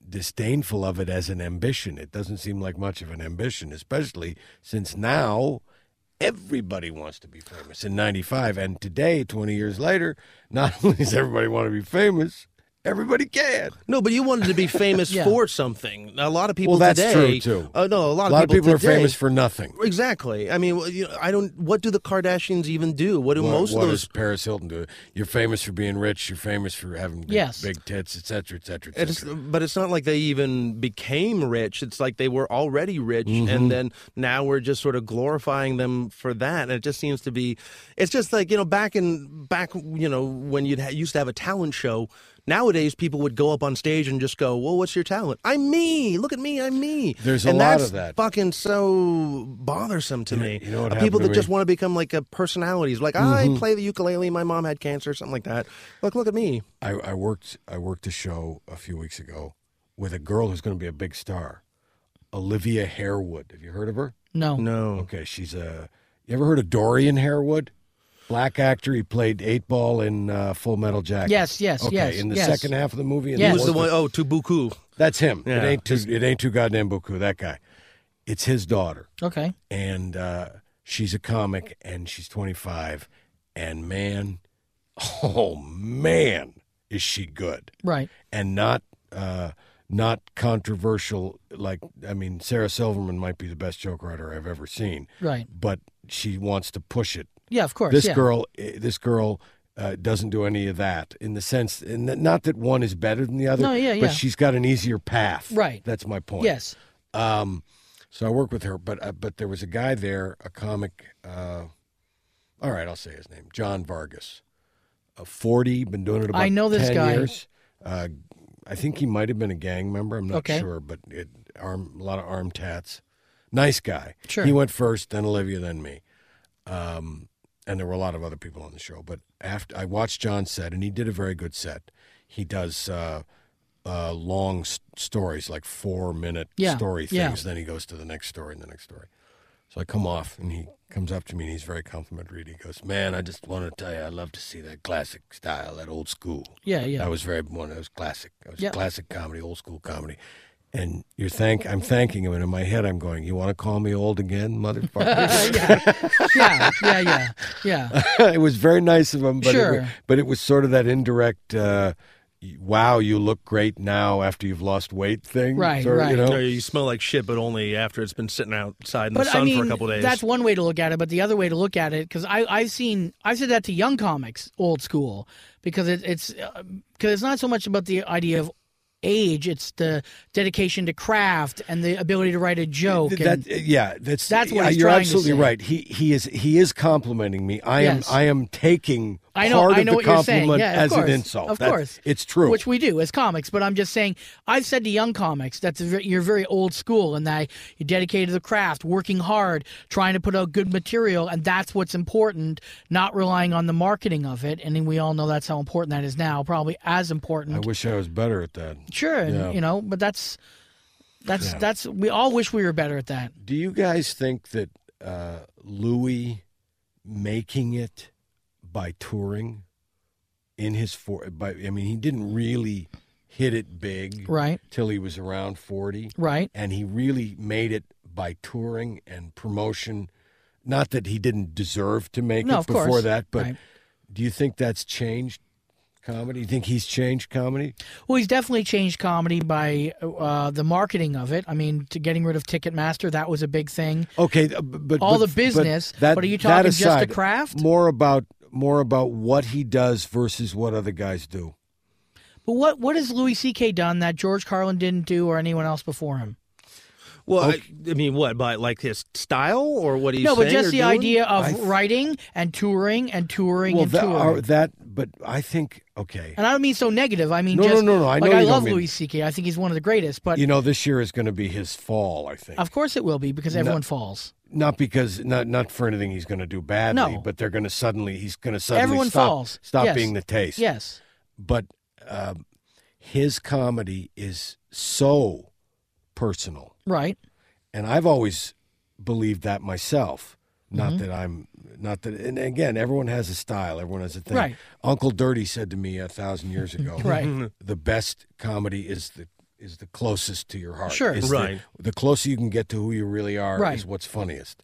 H: disdainful of it as an ambition. It doesn't seem like much of an ambition, especially since now everybody wants to be famous in 95 and today 20 years later not only does everybody want to be famous everybody can
D: no but you wanted to be famous
E: Yeah.
D: for something a lot of people
H: well that's
D: today,
H: true too
D: uh, no a lot,
H: a lot of people,
D: today-
H: are famous for nothing
D: exactly i mean well, you know, i don't what do the kardashians even do what do
H: What-
D: most
H: what
D: of
H: does
D: those
H: Paris Hilton do? You're famous for being rich. You're famous for having big,
E: Yes.
H: big tits, et cetera, et cetera, et
D: It's,
H: cetera.
D: but it's not like they even became rich. It's like they were already rich,
H: Mm-hmm.
D: and then now we're just sort of glorifying them for that. And it just seems to be, it's just like you know, back in back, you know, when you ha- used to have a talent show. Nowadays, people would go up on stage and just go, "Well, what's your talent? I'm me. Look at me. I'm me."
H: There's a
D: and
H: lot
D: that's
H: of that.
D: Fucking so bothersome to me.
H: you know what
D: Uh, people
H: happened to
D: that just
H: me? Mm-hmm.
D: want to become like a personalities, like I play the ukulele. My mom had cancer, something like that. Look, look at me.
H: I, I worked I worked a show a few weeks ago with a girl who's going to be a big star, Olivia Harewood. Have you heard of her?
E: No.
D: No.
H: Okay, she's a. You ever heard of Dorian Harewood? Black actor. He played Eight Ball in uh, Full Metal Jacket.
E: Yes, yes,
H: okay,
E: yes,
H: In the
E: yes.
H: second half of the movie, and
E: Yes.
D: Who was the
H: worked
D: one oh to Buku.
H: That's him.
D: Yeah.
H: It ain't too. It ain't too goddamn buku. That guy. It's his daughter.
E: Okay.
H: and uh, she's a comic and she's 25 and man oh man is she good
E: Right.
H: and not uh, not controversial like i mean sarah silverman might be the best joke writer i've ever seen
E: Right.
H: but she wants to push it
E: Yeah. Of course.
H: this
E: yeah.
H: girl eh, this girl uh, doesn't do any of that in the sense and th- not that one is better than the other
E: No, yeah,
H: but
E: yeah.
H: she's got an easier path
E: Right.
H: that's my point
E: Yes.
H: um, so I work with her, but uh, but there was a guy there, a comic. Uh, all right, I'll say his name, John Vargas, uh, forty, been doing it about
E: I know this
H: 10
E: guy.
H: years. Uh, I think he might have been a gang member. I'm not
E: Okay.
H: sure, but it, arm a lot of arm tats. Nice guy.
E: Sure.
H: He went first, then Olivia, then me. Um, and there were a lot of other people on the show, but after I watched John's set, and he did a very good set. He does uh, uh, long s- stories, like four minute
E: Yeah,
H: story
E: yeah.
H: things. Then he goes to the next story and the next story. So I come off, and he comes up to me, and he's very complimentary. and He goes, "Man, I just want to tell you, I love to see that classic style, that old school.
E: Yeah. Yeah.
H: I was very one. That was classic. That was
E: Yeah.
H: classic comedy, old school comedy." And you're thank I'm thanking him, and in my head I'm going, "You want to call me old again, motherfucker?"
E: yeah. Yeah. Yeah. Yeah.
H: it was very nice of him, but it,
E: Sure.
H: wa- but it was sort of that indirect, uh, "Wow, you look great now after you've lost weight" thing,
E: Right,
H: sort of,
E: right.
H: You know?
D: Yeah, you smell like shit, but only after it's been sitting outside in the
E: Oh. But
D: sun
E: I mean,
D: for a couple days.
E: that's one way to look at it. But the other way to look at it, because I I've seen I said that to uh, young comics, old school, because it, it's because it's not so much about the idea of age. It's the dedication to craft and the ability to write a joke.
H: Th-
E: and-
H: that- yeah, that's
E: That's what
H: yeah,
E: he's
H: you're
E: trying to
H: absolutely
E: say.
H: right. He he is he is complimenting me. I
E: Yes.
H: am I am taking
E: I know, I
H: part
E: know
H: of the
E: what you're saying.
H: compliment
E: Yeah, of
H: as
E: course.
H: an insult.
E: Of
H: That's-
E: course.
H: it's true.
E: Which we do as comics, but I'm just saying, I've said to young comics, that's ve- you're very old school and that you're dedicated to the craft, working hard, trying to put out good material, and that's what's important, not relying on the marketing of it. And then we all know that's how important that is now, probably as important.
H: I wish I was better at that.
E: sure, and,
H: Yeah.
E: you know, but that's that's that's we all wish we were better at that.
H: Do you guys think that uh, Louis making it by touring in his four? By I mean, he didn't really hit it big
E: Right.
H: till he was around forty,
E: Right.
H: and he really made it by touring and promotion. Not that he didn't deserve to make
E: No,
H: it
E: of
H: before
E: course.
H: that, but
E: Right.
H: do you think that's changed comedy? You think he's changed comedy?
E: Well, he's definitely changed comedy by uh, the marketing of it. I mean, to getting rid of Ticketmaster, that was a big thing.
H: Okay, th- b- but
E: All
H: but-
E: the
H: but
E: business,
H: that-
E: but are you
H: that
E: talking just the
H: aside,
E: craft?
H: More about more about what he does versus what other guys do.
E: But what what has Louis C.K. done that George Carlin didn't do or anyone else before him?
D: Well, I, I mean, what by like his style or what he's
E: no, but
D: saying
E: just
D: or
E: the
D: doing?
E: idea of
H: I th-
E: writing and touring and touring
H: well,
E: and
H: that,
E: touring.
H: are, that but I think okay.
E: and I don't mean so negative. I mean
H: No,
E: just
H: no, no, no, I
E: like
H: know
E: I
H: you don't
E: love
H: mean-
E: Louis C.K. I think he's one of the greatest. But
H: You know, this year is going to be his fall. I think
E: of course it will be because everyone falls.
H: not because not not for anything he's going to do badly,
E: No.
H: but they're going to suddenly he's going to suddenly
E: Everyone
H: stop,
E: falls.
H: stop
E: Yes.
H: being the taste.
E: Yes,
H: but um, his comedy is so personal.
E: right.
H: and I've always believed that myself.
E: Mm-hmm.
H: Not that I'm not that, and again, everyone has a style. Everyone has a thing.
E: Right.
H: Uncle Dirty said to me a thousand years ago,
E: Right.
H: The best comedy is the is the closest to your heart.
E: Sure.
H: Is the-
D: Right.
H: The, closer you can get to who you really are
E: Right.
H: is what's funniest.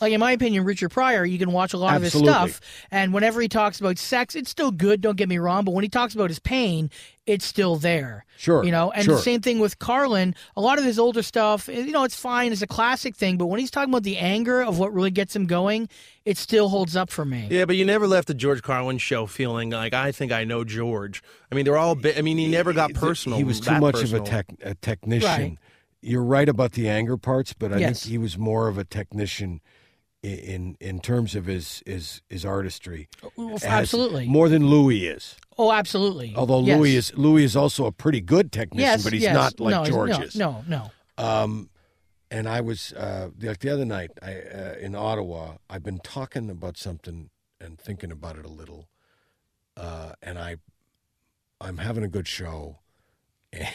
E: Like in my opinion, Richard Pryor, you can watch a lot
H: Absolutely.
E: of his stuff, and whenever he talks about sex, it's still good. Don't get me wrong, but when he talks about his pain, it's still there.
H: Sure,
E: you know. And
H: sure.
E: the same thing with Carlin. A lot of his older stuff, eh, you know, it's fine. It's a classic thing, but when he's talking about the anger of what really gets him going, it still holds up for me.
D: Yeah, but you never left the George Carlin show feeling like I think I know George. I mean, they're all. Bi- I mean, he never got personal.
H: He was too
D: that
H: much
D: personal.
H: of a, tech, a technician.
E: Right.
H: You're right about the anger parts, but I
E: Yes.
H: think he was more of a technician i- in in terms of his his his artistry.
E: Oh, Well,
H: As-
E: absolutely.
H: more than Louis is.
E: Oh, absolutely.
H: Although
E: Yes.
H: Louis is Louis is also a pretty good technician,
E: yes,
H: but he's
E: yes.
H: not like
E: no, he's-
H: George
E: no,
H: is.
E: No, no.
H: And I was uh, the- like the other night I, uh, in Ottawa. I've been talking about something and thinking about it a little, uh, and I I'm having a good show, and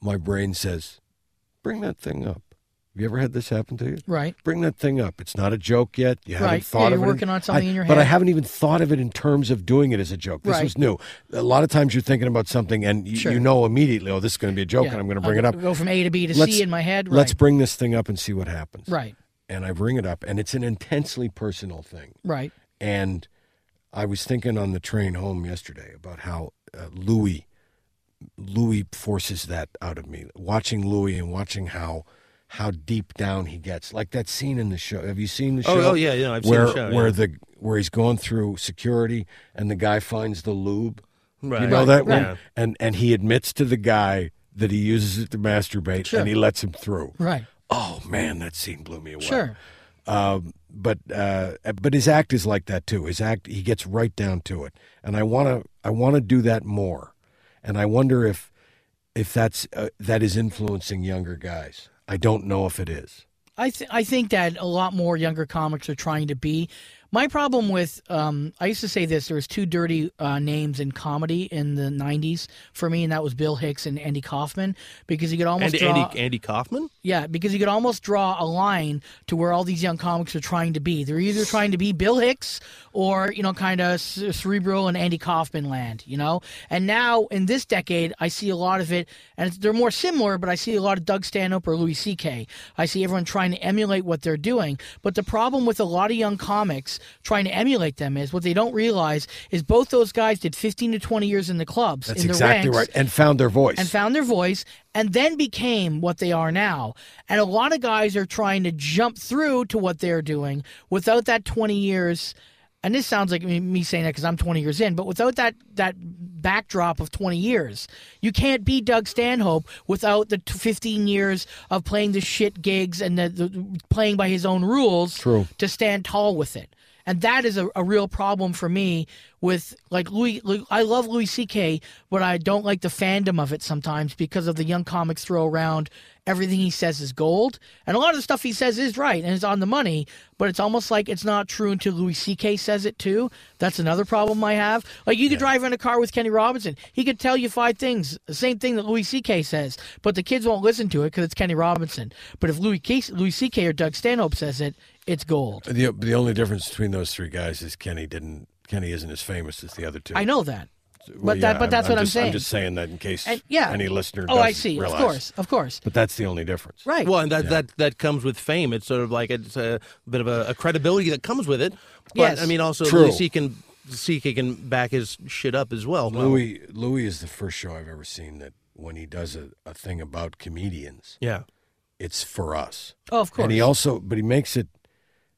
H: my brain says, "Bring that thing up." Have you ever had this happen to you?
E: Right.
H: Bring that thing up. It's not a joke yet. You haven't
E: Right. Yeah,
H: thought
E: you're
H: of it. in-
E: working on something
H: I-
E: in your
H: But I
E: head.
H: haven't even thought of it in terms of doing it as a joke. This
E: Right.
H: was new. A lot of times you're thinking about something and you,
E: Sure.
H: you know immediately, oh, this is going to be a joke
E: Yeah.
H: and I'm going to bring
E: I'll
H: it up.
E: Go from A to B to
H: Let's-
E: C in my head. Right.
H: Let's bring this thing up and see what happens.
E: right.
H: And I bring it up and it's an intensely personal thing.
E: Right.
H: And I was thinking on the train home yesterday about how uh, Louis Louis forces that out of me. Watching Louis and watching how how deep down he gets. Like that scene in the show. Have you seen the
D: Oh,
H: show?
D: oh, yeah, yeah, I've seen
H: where,
D: the show,
H: Where
D: yeah.
H: the where he's going through security and the guy finds the lube.
D: Right.
H: You know that
E: right.
H: one? And and he admits to the guy that he uses it to masturbate
E: Sure.
H: and he lets him through.
E: Right.
H: Oh man, that scene blew me away.
E: Sure.
H: Um, but uh, but his act is like that too. His act, he gets right down to it, and I want to I want to do that more, and I wonder if if that's uh, that is influencing younger guys. I don't know if it is.
E: I th- I think that a lot more younger comics are trying to be. My problem with um, I used to say this: there was two dirty uh, names in comedy in the '90s for me, and that was Bill Hicks and Andy Kaufman, because you could almost
D: And
E: draw,
D: Andy, Andy Kaufman.
E: yeah, because you could almost draw a line to where all these young comics are trying to be. They're either trying to be Bill Hicks or you know, kind of cerebral and Andy Kaufman land, you know. And now in this decade, I see a lot of it, and it's- they're more similar. But I see a lot of Doug Stanhope or Louis C.K. I see everyone trying to emulate what they're doing. But the problem with a lot of young comics trying to emulate them is what they don't realize is both those guys did 15 to 20 years in the clubs.
H: That's
E: in the
H: exactly
E: ranks,
H: right, and found their voice.
E: and found their voice and then became what they are now. And a lot of guys are trying to jump through to what they're doing without that 20 years. And this sounds like me- me saying that because I'm 20 years in, but without that that backdrop of 20 years. You can't be Doug Stanhope without the t- 15 years of playing the shit gigs and the, the playing by his own rules
H: True.
E: to stand tall with it. And that is a, a real problem for me with like Louis, Lou- I love Louis C.K., but I don't like the fandom of it sometimes because of the young comics throw around everything he says is gold. And a lot of the stuff he says is right and is on the money, but it's almost like it's not true until Louis C.K. says it too. That's another problem I have. Like you could drive in a car with Kenny Robinson, he could tell you five things, the same thing that Louis C.K. says, but the kids won't listen to it because it's Kenny Robinson. But if Louis, K- Louis C.K. or Doug Stanhope says it, it's gold.
H: The the only difference between those three guys is Kenny didn't Kenny isn't as famous as the other two.
E: I know that. But
H: Well,
E: that
H: yeah,
E: but that's what I'm
H: just-
E: saying.
H: I'm just saying that in case
E: And- yeah.
H: any listener.
E: Oh, I
H: doesn't
E: see.
H: realize.
E: Of course. Of course.
H: But that's the only difference.
E: Right.
D: Well, and that, that that comes with fame. It's sort of like it's a bit of a, a credibility that comes with it. But
E: Yes.
D: I mean, also
H: True.
D: Louis C can CK can back his shit up as well.
H: Louis Louis is the first show I've ever seen that when he does a, a thing about comedians,
D: yeah,
H: it's for us.
E: oh, of course.
H: And he also, but he makes it,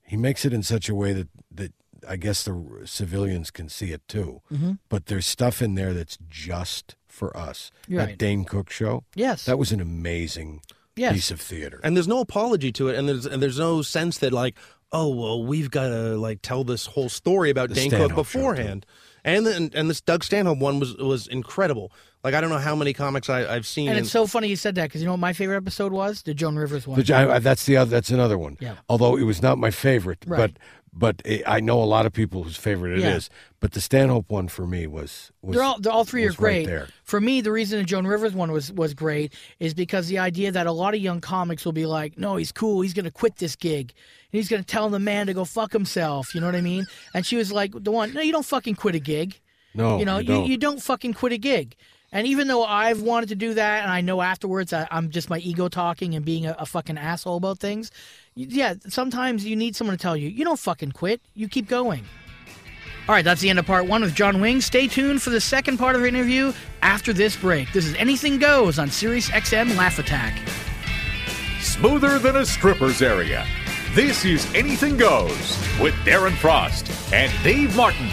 H: he makes it in such a way that that I guess the civilians can see it too.
E: Mm-hmm.
H: But there's stuff in there that's just for us.
E: You're
H: that
E: right.
H: Dane Cook show.
E: Yes.
H: That was an amazing
E: Yes.
H: piece of theater.
D: and there's no apology to it, and there's and there's no sense that like, oh well, we've got to like tell this whole story about
H: The
D: Dan Cook
H: Stanhope show, too.
D: beforehand. And then and this Doug Stanhope one was was incredible. Like I don't know how many comics I, I've seen.
E: and it's so funny you said that because you know what my favorite episode was the Joan Rivers one.
H: The gi- I- that's the other. That's another one.
E: Yeah.
H: Although it was not my favorite,
E: Right.
H: but but i I know a lot of people whose favorite it is.
E: Yeah.
H: But the Stanhope one for me was was
E: they're all they're all three are
H: was right
E: great.
H: there.
E: For me, the reason the Joan Rivers one was was great is because the idea that a lot of young comics will be like, "No, he's cool. He's going to quit this gig, and he's going to tell the man to go fuck himself." You know what I mean? And she was like, "The one, no, you don't fucking quit a gig."
H: no.
E: you know, you
H: don't.
E: you don't fucking quit a gig. And even though I've wanted to do that, and I know afterwards I, I'm just my ego talking and being a, a fucking asshole about things, y- yeah, sometimes you need someone to tell you, you don't fucking quit, you keep going. All right, that's the end of part one with John Wing. Stay tuned for the second part of the interview after this break. This is Anything Goes on Sirius XM Laugh Attack.
B: smoother than a stripper's area. This is Anything Goes with Darren Frost and Dave Martin.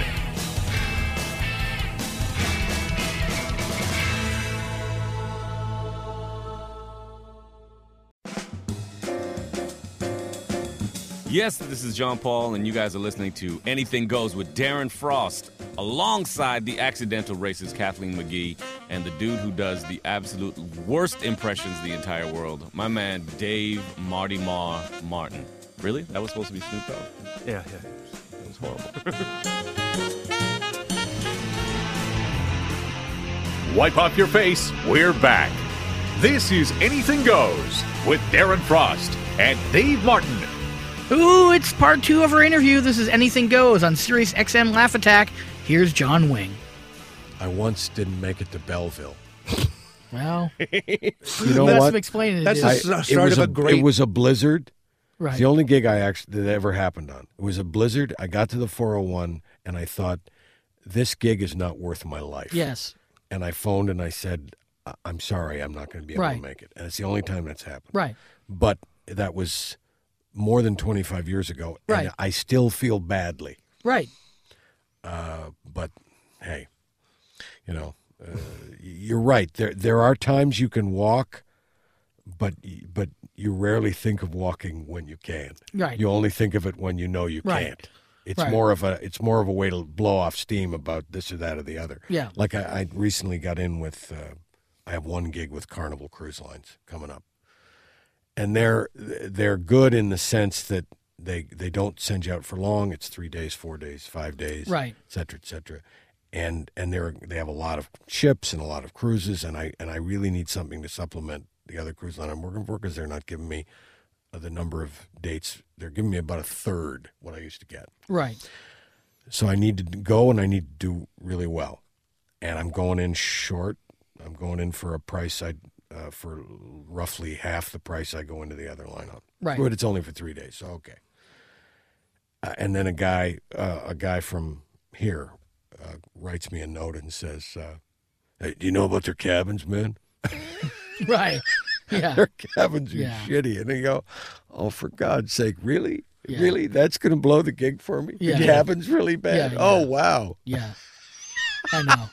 I: Yes, this is John Paul, and you guys are listening to Anything Goes with Darren Frost, alongside the accidental racist Kathleen McGee and the dude who does the absolute worst impressions the entire world, my man Dave Marty Mar Martin. Really? That was supposed to be Snoop Dogg.
D: yeah, yeah, it was horrible.
B: Wipe off your face, we're back. This is Anything Goes with Darren Frost and Dave Martin.
E: Ooh, it's part two of our interview. This is Anything Goes on Sirius XM Laugh Attack. Here's John Wing.
H: I once didn't make it to Belleville.
E: Well,
H: You know
E: that's
H: what?
E: some explaining to
D: That's
E: do.
D: a s-
H: it
D: start
H: was
D: of a great-
H: It was a blizzard. It's
E: right.
H: the only gig I actually that ever happened on. It was a blizzard. I got to the 401 and I thought, this gig is not worth my life.
E: Yes.
H: And I phoned and I said, "I- I'm sorry, I'm not going to be able
E: Right.
H: to make it. And it's the only time that's happened.
E: Right.
H: but that was more than 25 years ago and
E: Right.
H: i still feel badly
E: Right.
H: but hey you know uh, you're right there there are times you can walk but but you rarely think of walking when you can
E: Right.
H: you only think of it when you know you
E: Right.
H: can't it's
E: Right.
H: more of a it's more of a way to blow off steam about this or that or the other
E: Yeah.
H: like i, I recently got in with uh, i have one gig with carnival cruise lines coming up and they're they're good in the sense that they they don't send you out for long. It's three days, four days, five days,
E: Right.
H: et cetera, et cetera. And and they're they have a lot of ships and a lot of cruises, and I and I really need something to supplement the other cruise line I'm working for because they're not giving me uh, the number of dates. They're giving me about a third what I used to get.
E: Right.
H: So I need to go and I need to do really well. And I'm going in short. I'm going in for a price I uh, for roughly half the price I go into the other lineup.
E: Right.
H: But it's only for three days, so okay. Uh, and then a guy, uh, a guy from here, uh, writes me a note and says, uh, "Hey, do you know about their cabins, man?
E: Right. Yeah.
H: Their cabins are
E: Yeah.
H: shitty." And they go, "Oh, for God's sake, really,
E: Yeah.
H: really? That's going to blow the gig for me?
E: Yeah.
H: The cabins really bad?
E: Yeah,
H: oh,
E: yeah.
H: wow."
E: Yeah. I know.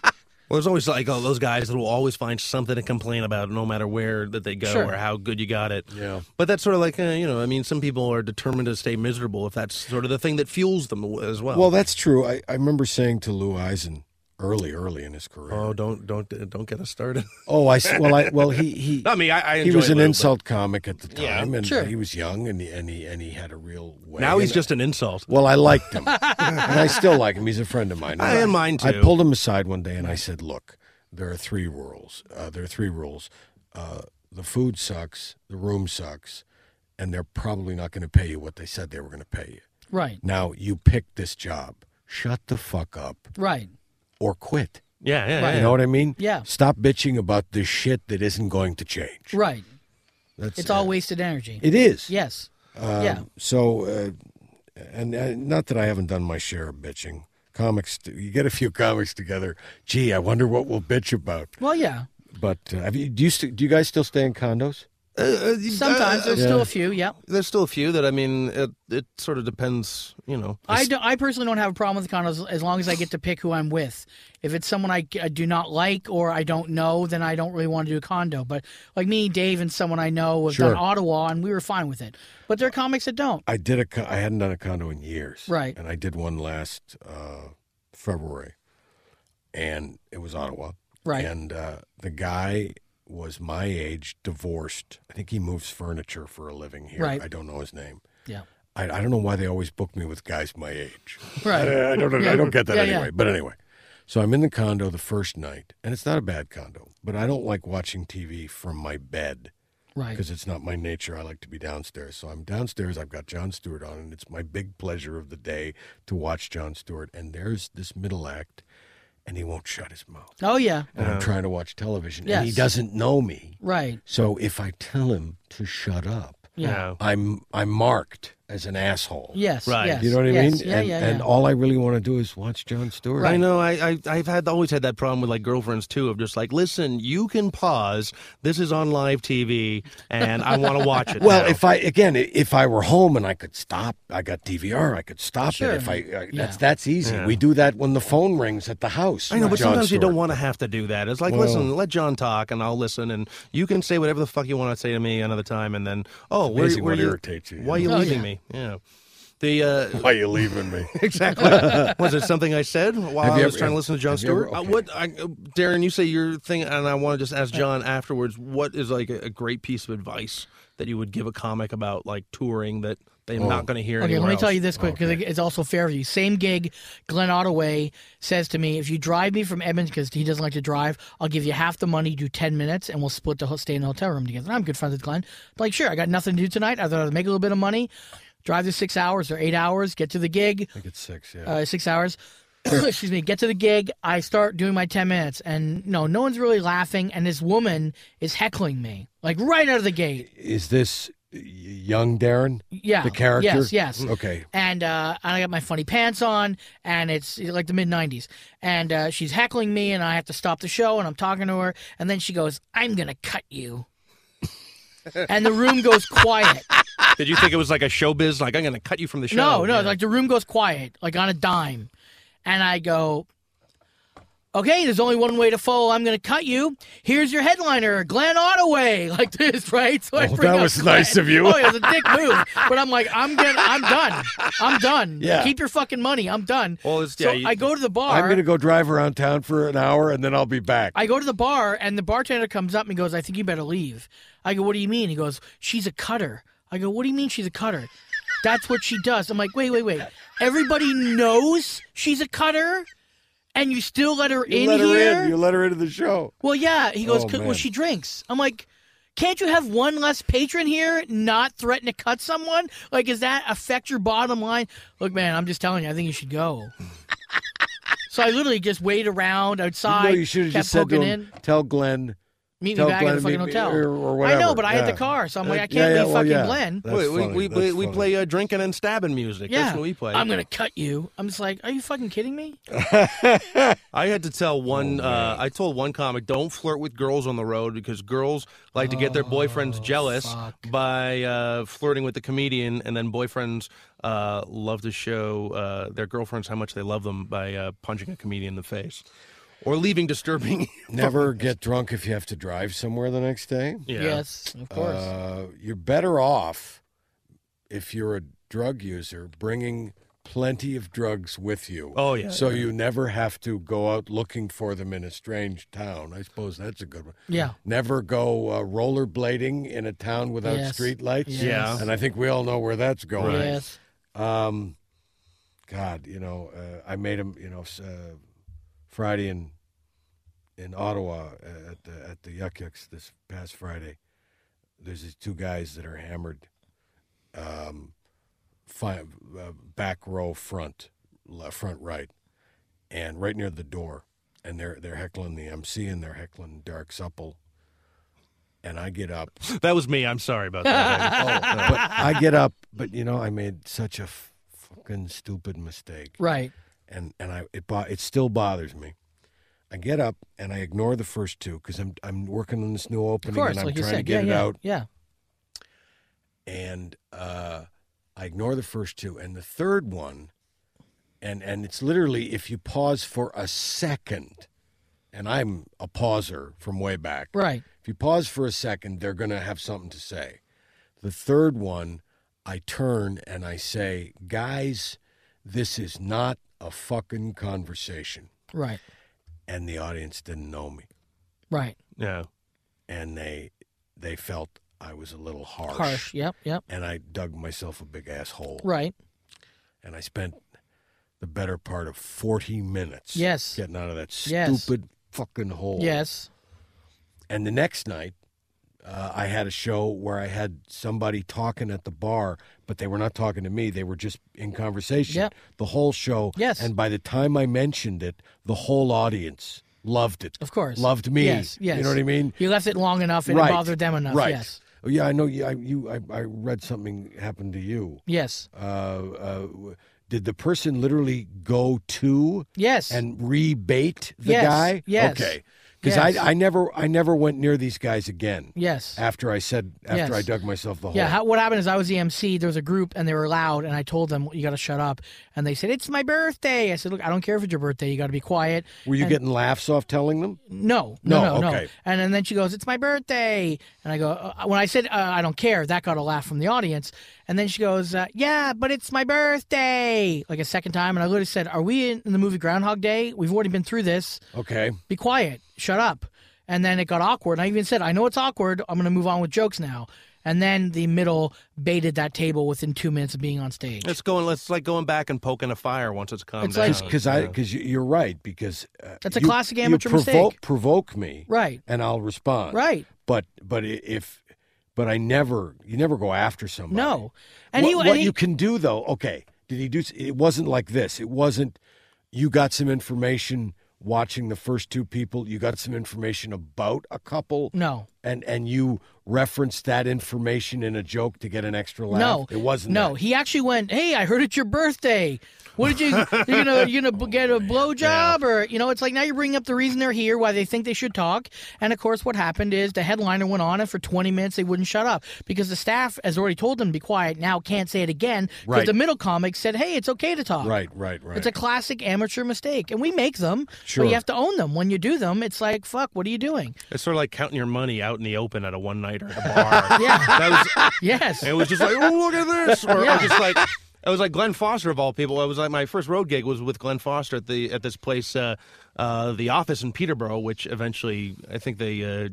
D: Well, there's always like oh, those guys that will always find something to complain about, no matter where that they go
E: Sure.
D: or how good you got it.
H: Yeah.
D: But that's sort of like uh, you know, I mean, some people are determined to stay miserable if that's sort of the thing that fuels them as well.
H: Well, that's true. I, I remember saying to Lou Eisen early, early in his career.
D: oh, don't don't don't get us started.
H: oh, I s- well, I well he he.
D: Not me. I, I
H: he
D: enjoy
H: was an
D: Lou, but
H: insult comic at the time,
D: Yeah,
H: and
E: sure.
H: he was young, and he, and he and he had a real way.
D: Now he's
H: And-
D: just an insult.
H: Well, I liked him, and I still like him. He's a friend of mine.
D: I am mine,
H: I
D: too.
H: pulled him aside one day and I said, "Look, there are three rules. Uh, there are three rules. Uh, the food sucks, the room sucks, and they're probably not going to pay you what they said they were going to pay you.
E: Right.
H: Now you pick this job. Shut the fuck up
E: Right.
H: or quit.
D: Yeah, yeah,
E: Right.
D: yeah.
H: You know what I mean?
E: Yeah.
H: Stop bitching about this shit that isn't going to change.
E: Right.
H: That's
E: It's all wasted energy.
H: It Um, is.
E: yes. yeah.
H: So, uh, and uh, not that I haven't done my share of bitching. Comics, you get a few comics together. Gee, I wonder what we'll bitch about.
E: Well, yeah.
H: But uh, have you, do you st- do you guys still stay in condos?
D: Uh,
H: uh,
E: Sometimes there's still a few. Yeah.
D: There's still a few that I mean, it, it sort of depends. You know,
E: I, don't- I personally don't have a problem with condos as long as I get to pick who I'm with. If it's someone I, I do not like or I don't know, then I don't really want to do a condo. But like me, Dave, and someone I know have
H: Sure.
E: done Ottawa, and we were fine with it. But there are comics that don't.
H: I did a co- I hadn't done a condo in years.
E: Right.
H: And I did one last uh, February, and it was Ottawa.
E: Right.
H: And uh, the guy was my age, divorced. I think he moves furniture for a living here.
E: Right.
H: I don't know his name.
E: Yeah.
H: I, I don't know why they always book me with guys my age.
E: Right.
H: I don't.
E: Yeah.
H: I don't get that
E: Yeah, yeah.
H: anyway. But anyway, so I'm in the condo the first night, and it's not a bad condo, but I don't like watching TV from my bed
E: Right.
H: because it's not my nature. I like to be downstairs, so I'm downstairs. I've got John Stewart on, and it's my big pleasure of the day to watch John Stewart. And there's this middle act, and he won't shut his mouth.
E: Oh yeah.
H: And I'm trying to watch television, and he
E: Yes.
H: doesn't know me.
E: Right.
H: So if I tell him to shut up,
E: Yeah.
H: I'm I'm marked as an asshole.
E: Yes.
D: Right.
E: Yes.
H: You know what I
E: yes.
H: mean?
E: Yeah.
H: and,
E: yeah.
H: and
E: yeah.
H: all I really want to do is watch John Stewart.
D: I know. I, I I've had always had that problem with like girlfriends too, of just like, listen, you can pause. This is on live TV, and I want to watch it.
H: Well,
D: now."
H: if I again, i- if I were home and I could stop, I got DVR, I could stop
E: Sure.
H: it. If I, I
E: Yeah.
H: that's that's easy. We do that when the phone rings at the house.
D: I know, but
H: with Jon
D: sometimes you
H: Stewart.
D: don't want to have to do that. It's like,
H: Well-
D: listen, let John talk, and I'll listen, and you can say whatever the fuck you want to say to me another time, and then, oh, where,
H: amazing
D: where
H: what
D: you,
H: irritates you,
D: Why are
H: you
D: you
E: know? Oh,
D: leaving
E: yeah.
D: me? Yeah, the uh,
H: Why are you leaving me?
D: exactly was it something I said while
H: Have
D: I
H: you
D: was
H: ever-
D: trying to listen to John
H: have you ever-
D: Stewart? Uh,
H: okay.
D: what, I, uh, Darren? You say your thing, and I want to just ask John afterwards. What is like a, a great piece of advice that you would give a comic about like touring that they're
H: Oh.
D: not going to hear?
E: Okay,
D: anywhere
E: let me tell
D: else?
E: you this quick because it's also fair of you. Same gig, Glenn Ottaway says to me, if you drive me from Edmonton because he doesn't like to drive, I'll give you half the money, do 10 minutes, and we'll split the ho- stay in the hotel room together. And I'm good friends with Glenn. I'm like, sure, I got nothing to do tonight. I thought I'd make a little bit of money, drive the six hours or eight hours, get to the gig,
H: I think it's six. Yeah.
E: uh, six hours. Excuse me. Get to the gig. I start doing my ten minutes, and no, no one's really laughing. And this woman is heckling me, like right out of the gate.
H: is this y- young Darren?
E: Yeah,
H: The character.
E: Yes,
H: Mm,
E: yes.
H: Okay.
E: and uh, and I got my funny pants on, and it's like the mid '90s, and uh, she's heckling me, and I have to stop the show, and I'm talking to her, and then she goes, "I'm gonna cut you," and the room goes quiet.
D: Did you think it was like a showbiz? Like I'm going to cut you from the show?
E: No, no,
D: Yeah.
E: like the room goes quiet, like on a dime, and I go, "Okay, there's only one way to follow. I'm gonna cut you. Here's your headliner, Glenn Ottaway, like this, right?" So I
H: Oh,
E: bring
H: that
E: up
H: was nice of you.
E: Oh, it was a dick move, but I'm like, I'm gonna, I'm done, I'm done.
H: Yeah.
E: keep your fucking money. I'm done.
D: Well, it's-
E: so
D: yeah, you-
E: I go to the bar.
H: I'm going to go drive around town for an hour and then I'll be back.
E: I go to the bar and the bartender comes up and he goes, I think you better leave. I go, What do you mean? He goes, She's a cutter. I go, What do you mean she's a cutter? That's what she does. I'm like, Wait, wait, wait. Everybody knows she's a cutter and you still let her
H: you
E: in
H: let
E: here?
H: her in. You let her into the show.
E: well, yeah. He goes,
H: Oh,
E: 'Cause- Well,
H: man.
E: she drinks. I'm like, can't you have one less patron here not threaten to cut someone? Like, does that affect your bottom line? Look, man, I'm just telling you, I think you should go. so I literally just wait around
H: You
E: outside.
H: know, you should have
E: kept
H: just said to
E: poking
H: him,
E: in
H: "Tell Glenn,
E: meet me
H: tell
E: back
H: Glenn
E: at the
H: to meet
E: fucking
H: me
E: hotel
H: or- or
E: I know,
H: whatever.
E: but I had
H: Yeah.
E: the car, so I'm like,
H: Uh,
E: I
H: yeah,
E: can't
H: yeah,
E: leave
H: well,
E: fucking
H: yeah.
E: Glenn.
H: That's
D: Wait, we,
H: funny,
D: we,
H: that's
D: we, we
H: funny.
D: play uh, drinking and stabbing music.
E: yeah,
D: That's what we play.
E: I'm gonna cut you. I'm just like, are you fucking kidding me?
D: I had to tell one. uh, I told one comic, don't flirt with girls on the road because girls like to get their boyfriends jealous by uh, flirting with the comedian, and then boyfriends uh, love to show uh, their girlfriends how much they love them by uh, punching a comedian in the face. or leaving disturbing.
H: Never get drunk if you have to drive somewhere the next day.
D: yeah.
E: Yes, of course.
H: Uh, you're better off if you're a drug user bringing plenty of drugs with you.
D: Oh, yeah.
H: So you never have to go out looking for them in a strange town. I suppose that's a good one.
E: Yeah.
H: Never go uh, rollerblading in a town without
E: Yes.
H: streetlights.
E: Yes.
H: And I think we all know where that's going.
E: Yes.
H: Um, God, you know, uh, I made him, you know, s- uh, Friday in in Ottawa uh, at the at the Yuck Yucks this past Friday. There's these two guys that are hammered, um, fi- uh, back row front, left, front right, and right near the door, and they're they're heckling the MC and they're heckling Dark Supple, and I get up
D: That was me. I'm sorry about that.
H: but I get up, but you know, I made such a f- fucking stupid mistake,
E: Right.
H: and and I it bo- it still bothers me. I get up and I ignore the first two because I'm I'm working on this new
E: Of
H: opening
E: course.
H: and I'm
E: Like you
H: trying
E: said.
H: to get
E: yeah,
H: it
E: yeah,
H: out,
E: Yeah.
H: and uh, I ignore the first two and the third one, and and it's literally if you pause for a second, and I'm a pauser from way back,
E: Right.
H: if you pause for a second, they're going to have something to say. The third one, I turn and I say, guys, this is not a fucking conversation.
E: Right.
H: And the audience didn't know me.
E: Right.
D: yeah.
H: And they they felt I was a little harsh.
E: Harsh. Yep. Yep.
H: And I dug myself a big asshole.
E: Right.
H: And I spent the better part of 40 minutes
E: Yes.
H: getting out of that
E: Yes.
H: stupid fucking hole.
E: Yes.
H: And the next night, uh, I had a show where I had somebody talking at the bar, but they were not talking to me. They were just in conversation
E: Yep.
H: the whole show.
E: Yes.
H: And by the time I mentioned it, the whole audience loved it.
E: Of course.
H: Loved me.
E: Yes. Yes.
H: You know what I mean?
E: You left it long enough. It
H: right.
E: bothered them enough.
H: Right.
E: Yes.
H: Oh, yeah, I know. You, I, you, I, I read something happened to you.
E: Yes.
H: Uh, uh, w- did the person literally go to
E: Yes.
H: and rebate the
E: Yes,
H: guy?
E: yes,
H: Okay. Because
E: yes.
H: I, I never I never went near these guys again
E: yes.
H: after I said after
E: Yes.
H: I dug myself the hole.
E: Yeah, how, what happened is I was the MC. There was a group, and they were loud, and I told them you got to shut up. And they said it's my birthday. I said, look, I don't care if it's your birthday. You got to be quiet.
H: Were you
E: And-
H: getting laughs off telling them?
E: No, no, no,
H: No,
E: no.
H: okay.
E: And, and then she goes, "It's my birthday," and I go, uh, "When I said uh, I don't care, that got a laugh from the audience." And then she goes, uh, "Yeah, but it's my birthday," like a second time. And I literally said, "Are we in, in the movie Groundhog Day? We've already been through this.
H: Okay.
E: Be quiet. Shut up." And then it got awkward. And I even said, "I know it's awkward. I'm going to move on with jokes now." And then the middle baited that table within two minutes of being on stage.
D: It's going. It's like going back and poking a fire once it's calmed
E: It's
D: down.
E: like-
H: Because I because you're right because uh,
E: That's a
H: you-
E: classic amateur
H: you provo-
E: mistake.
H: Provoke me,
E: Right.
H: And I'll respond,
E: Right.
H: But but i- if but I never you never go after somebody.
E: No. And
H: And what,
E: he- and
H: what
E: he-
H: you can do though, okay? Did he do? s- It wasn't like this. It wasn't. You got some information watching the first two people. You got some information about a couple.
E: No.
H: And and you referenced that information in a joke to get an extra laugh.
E: No,
H: it wasn't.
E: No,
H: that.
E: he actually went. Hey, I heard it's your birthday. What did you? you gonna you gonna b get
H: Oh,
E: a blowjob or you know? It's like now you're bringing up the reason they're here, why they think they should talk. And of course, what happened is the headliner went on, and for 20 minutes they wouldn't shut up because the staff has already told them to be quiet. Now can't say it again because
H: Right.
E: the middle comic said, "Hey, it's okay to talk."
H: Right, right, right.
E: It's a classic amateur mistake, and we make them.
H: Sure.
E: But you have to own them. When you do them, it's like, fuck, what are you doing?
D: It's sort of like counting your money out in the open at a one nighter at a bar.
E: Yeah.
D: That was,
E: Yes.
D: it was just like, oh, look at this. Or I
E: Yeah.
D: was just like, I was like Glenn Foster of all people. I was like, my first road gig was with Glenn Foster at the at this place, uh, uh, the office in Peterborough, which eventually I think they. Uh,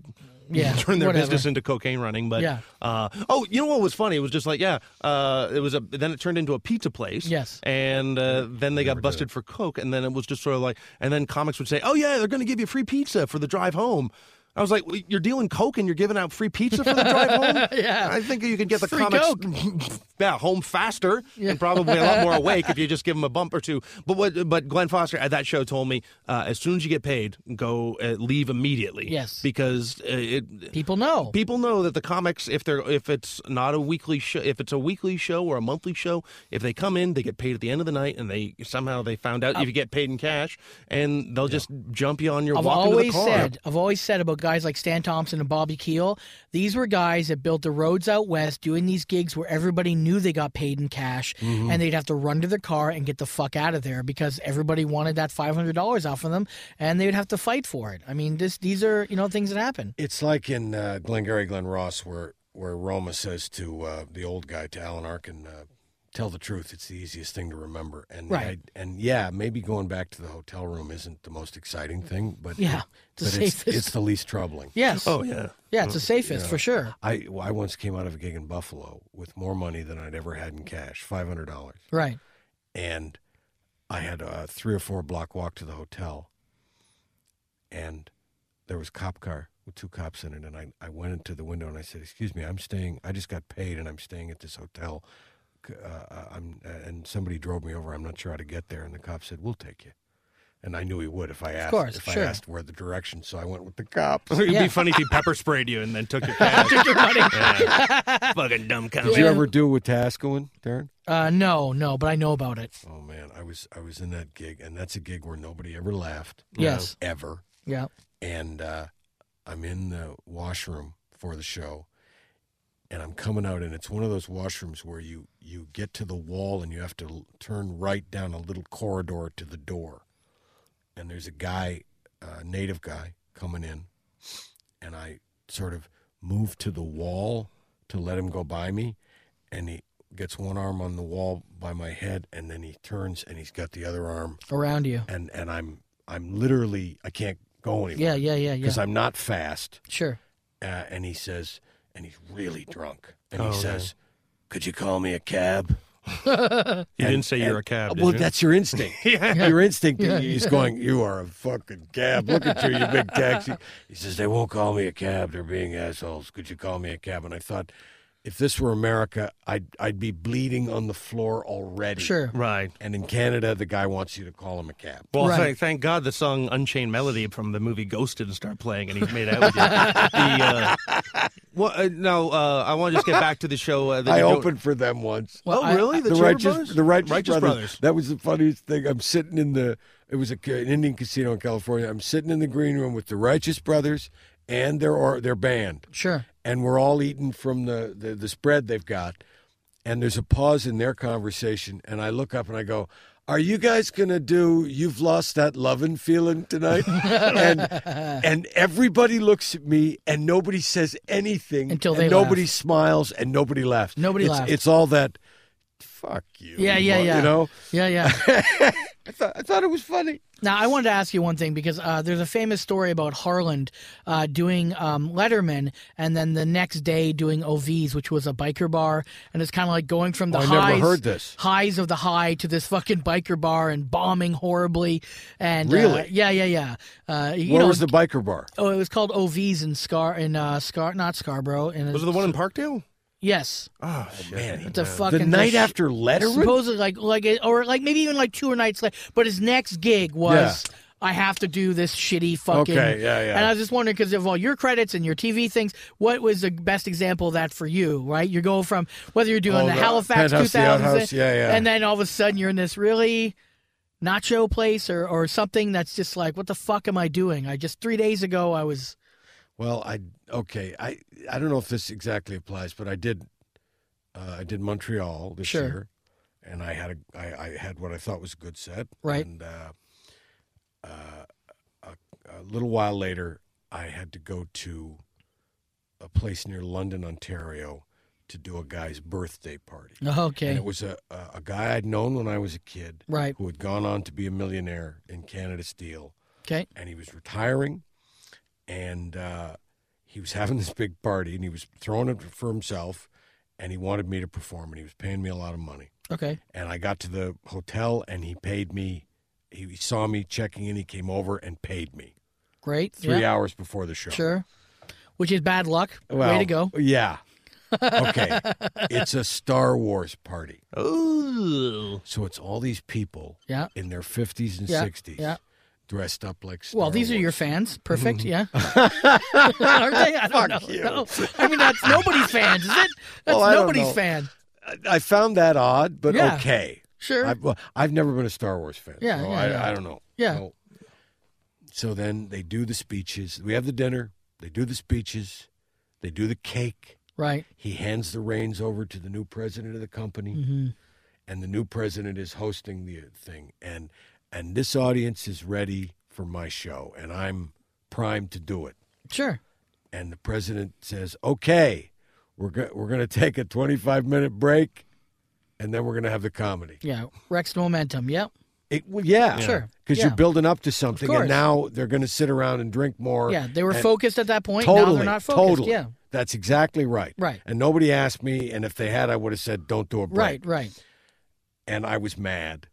E: Yeah,
D: turned their
E: whatever.
D: business into cocaine running, but
E: Yeah.
D: uh, oh, you know what was funny? It was just like yeah, uh, it was a then it turned into a pizza place.
E: Yes.
D: and uh, then they got busted for coke, and then it was just sort of like, and then comics would say, oh yeah, they're going to give you free pizza for the drive home. I was like, well, you're dealing coke and you're giving out free pizza for the drive home.
E: Yeah.
D: I think you could get the
E: Free
D: comics yeah, home faster and probably a lot more awake if you just give them a bump or two. But what? But Glenn Foster at that show told me uh, as soon as you get paid, go uh, leave immediately.
E: Yes.
D: because uh, it.
E: People know.
D: People know that the comics, if they're if it's not a weekly show, if it's a weekly show or a monthly show, if they come in, they get paid at the end of the night, and they somehow they found out if you get paid in cash, and they'll just jump you on your
E: I've
D: walk into the
E: always
D: car.
E: said, I've always said about guys like Stan Thompson and Bobby Keel. These were guys that built the roads out west doing these gigs where everybody knew they got paid in cash
H: Mm-hmm.
E: and they'd have to run to their car and get the fuck out of there because everybody wanted that $500 off of them and they would have to fight for it. I mean, this these are, you know, things that happen.
H: It's like in uh, Glengarry Glen Ross, where where Roma says to uh, the old guy, to Alan Arkin, uh, "Tell the truth. It's the easiest thing to remember." And
E: Right.
H: I, and yeah, maybe going back to the hotel room isn't the most exciting thing, but
E: Yeah, it's the
H: but it's,
E: safest.
H: it's the least troubling.
E: Yes.
D: Oh yeah.
E: Yeah, it's the safest for sure.
H: I well, I once came out of a gig in Buffalo with more money than I'd ever had in cash, five hundred dollars,
E: Right.
H: and I had a three or four block walk to the hotel, and there was a cop car with two cops in it, and I I went into the window and I said, "Excuse me, I'm staying. I just got paid, and I'm staying at this hotel." C- Uh, uh, I'm and somebody drove me over. I'm not sure how to get there, and the cop said, "We'll take you." And I knew he would if I asked
E: course,
H: if
E: sure.
H: I asked where the direction. So I went with the cop.
D: It'd
E: Yeah.
D: be funny if he pepper sprayed you and then took your cash. Yeah. Fucking dumb cunt.
H: Did you ever do it with Tascoin, Darren?
E: Uh, no, no, but I know about it.
H: Oh man, I was I was in that gig, and that's a gig where nobody ever laughed.
E: Yes.
H: ever.
E: Yeah.
H: And uh, I'm in the washroom for the show, and I'm coming out, and it's one of those washrooms where you you get to the wall and you have to l- turn right down a little corridor to the door, and there's a guy, a native guy, coming in, and I sort of move to the wall to let him go by me, and he gets one arm on the wall by my head, and then he turns and he's got the other arm
E: Around you.
H: and and I'm I'm literally I can't go anywhere.
E: Yeah, yeah, yeah, yeah.
H: Because I'm not fast.
E: Sure.
H: Uh, and he says, and he's really drunk, and
D: Oh,
H: he says, "Could you call me a cab?"
D: You didn't say you're
H: And-
D: a cab. Did
H: Well,
D: you?
H: that's your instinct. Your instinct is going, you are a fucking cab. Look at you, you big taxi. He says, they won't call me a cab. They're being assholes. Could you call me a cab? And I thought, if this were America, I'd, I'd be bleeding on the floor already.
E: Sure.
D: right.
H: And in Canada, the guy wants you to call him a cab.
D: Well,
E: Right.
D: thank, thank God the song "Unchained Melody" from the movie Ghost didn't start playing, and he made out with you. the, uh, well, uh, no, uh, I want to just get back to the show. Uh, that
H: I
D: you're doing-
H: opened for them once.
E: Well,
D: oh,
E: I-
D: really? The,
H: the
D: Chipper
H: righteous,
D: Brothers?
H: the righteous, brothers.
D: brothers.
H: That was the funniest thing. I'm sitting in the. It was a, ca- an Indian casino in California. I'm sitting in the green room with the Righteous Brothers and their or their band,
E: Sure.
H: and we're all eating from the, the the spread they've got. And there's a pause in their conversation, and I look up and I go. Are you guys gonna do? You've lost that lovin' feeling tonight, and and everybody looks at me, and nobody says anything
E: Until
H: and
E: they
H: nobody
E: laugh.
H: smiles, and nobody laughs.
E: Nobody
H: it's,
E: laughs.
H: It's all that fuck you.
E: Yeah, yeah,
H: mo-
E: yeah.
H: You know,
E: Yeah, yeah.
H: I thought I thought it was funny.
E: Now, I wanted to ask you one thing because uh, there's a famous story about Harland uh, doing um, Letterman and then the next day doing OVs, which was a biker bar. And it's kind of like going from the
H: Oh, I never
E: highs,
H: heard this.
E: highs of the high to this fucking biker bar and bombing horribly. And uh,
H: Really?
E: yeah, yeah, yeah. Uh, you
H: Where
E: know,
H: was the biker bar?
E: Oh, it was called OVs in Scar in uh, Scar, not Scarborough. And
D: Was it the one in Parkdale?
E: yes,
D: Oh, shit.
H: Man,
E: it's a fucking
H: the night
E: just-
H: after Letterman.
E: supposedly like like it- or like maybe even like two or nights later. But his next gig was. I have to do this shitty fucking.
H: Okay, yeah, yeah.
E: And I was just wondering because of all your credits and your TV things, what was the best example of that for you? Right, you go from whether you're doing
H: Oh,
E: the,
H: the
E: Halifax
H: penthouse, the
E: 2000,
H: outhouse, yeah, yeah.
E: and then all of a sudden you're in this really nacho place or or something that's just like, what the fuck am I doing? I just three days ago I was
H: well, I okay. I I don't know if this exactly applies, but I did. Uh, I did Montreal this
E: Sure.
H: year, and I had a I, I had what I thought was a good set.
E: Right.
H: And uh, uh, a, a little while later, I had to go to a place near London, Ontario, to do a guy's birthday party. And
E: okay,
H: it was a, a, a guy I'd known when I was a kid
E: Right.
H: who had gone on to be a millionaire in Canada Steel.
E: okay,
H: And he was retiring and uh, he was having this big party and he was throwing it for himself and he wanted me to perform and he was paying me a lot of money.
E: okay,
H: And I got to the hotel and he paid me. He saw me checking in. He came over and paid me
E: great,
H: three
E: yeah,
H: hours before the show.
E: sure. Which is bad luck. Way to go.
H: Yeah. Okay. it's a Star Wars party.
D: Ooh.
H: So it's all these people
E: Yeah.
H: in their 50s and
E: Yeah,
H: 60s
E: yeah.
H: dressed up like Star
E: Well, these are your
H: Wars.
E: fans. Perfect.
H: Mm-hmm.
E: Yeah. Aren't they? I don't know. No. I mean, that's nobody's fans, is it? That's
H: Well, I don't
E: nobody's
H: know.
E: fan.
H: I I found that odd, but
E: Yeah.
H: okay.
E: Sure.
H: I've, well, I've never been a Star Wars fan.
E: Yeah,
H: so
E: yeah,
H: I,
E: yeah.
H: I don't know.
E: Yeah.
H: So, so then they do the speeches. We have the dinner. They do the speeches, they do the cake.
C: Right.
H: He hands the reins over to the new president of the company,
E: Mm-hmm.
H: and the new president is hosting the thing. and And this audience is ready for my show, and I'm primed to do it.
C: Sure.
H: And the president says, "Okay, we're go- we're going to take a 25 minute break, and then we're going to have the comedy."
C: Yeah. Rex the momentum. Yep.
H: It, well, yeah,
C: Sure,
H: because
C: yeah.
H: you're building up to something,
C: course.
H: and now they're going to sit around and drink more.
C: Yeah. They were
H: and-
C: focused at that point.
H: Totally,
C: now they're not focused.
H: totally.
C: Yeah.
H: that's exactly right.
C: Right.
H: and nobody asked me, and if they had, I would have said, "Don't do a break."
C: Right. Right.
H: and I was mad.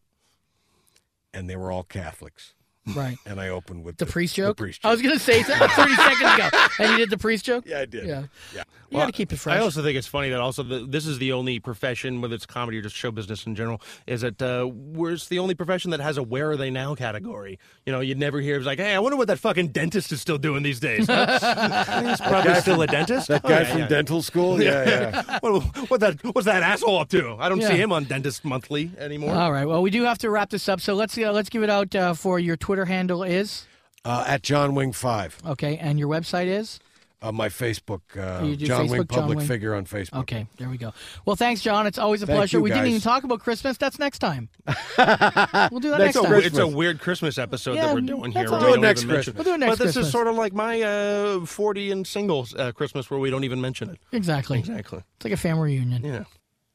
H: And they were all Catholics.
C: Right.
H: And I opened with
C: The priest joke.
H: The priest
C: I was
H: joke.
C: gonna say that 30 seconds ago, and you did the priest joke.
H: Yeah, I did.
C: Yeah.
H: Yeah.
C: You got to keep it fresh.
D: I also think it's funny that also the, this is the only profession, whether it's comedy or just show business in general, is that uh, where it's the only profession that has a "Where are they now?" category. You know, you'd never hear it's like, "Hey, I wonder what that fucking dentist is still doing these days." huh?" He's probably still a dentist.
H: That
D: Oh,
H: guy
D: yeah,
H: from
D: yeah.
H: dental school. Yeah, yeah.
D: what, what that? What's that asshole up to? I don't
C: Yeah. Uh,
D: see him on Dentist Monthly anymore.
C: All right. Well, we do have to wrap this up, so let's uh, let's give it out uh, for your Twitter handle is
H: uh, at John Wing Five,
C: okay, and your website is
H: uh, my Facebook, uh,
C: You do
H: John Wing
C: Facebook, John
H: public
C: Wing.
H: figure on Facebook.
C: okay. There we go. Well, thanks, John. It's always a
H: Thank
C: pleasure.
H: you,
C: we didn't
H: guys.
C: even talk about Christmas. That's next time. we'll do that
H: That's
C: next
H: a
C: time.
H: weird-
D: It's a weird Christmas episode
C: Yeah,
D: that we're doing
C: that's
D: here.
C: all right.
D: where we
H: We'll do it
D: don't
H: next
D: even mention
H: Christmas.
C: We'll do it next
D: But this
C: Christmas.
D: is sort of like my uh, 40 and singles uh, Christmas where we don't even mention it.
C: exactly.
D: Exactly.
C: It's like a family reunion.
D: Yeah.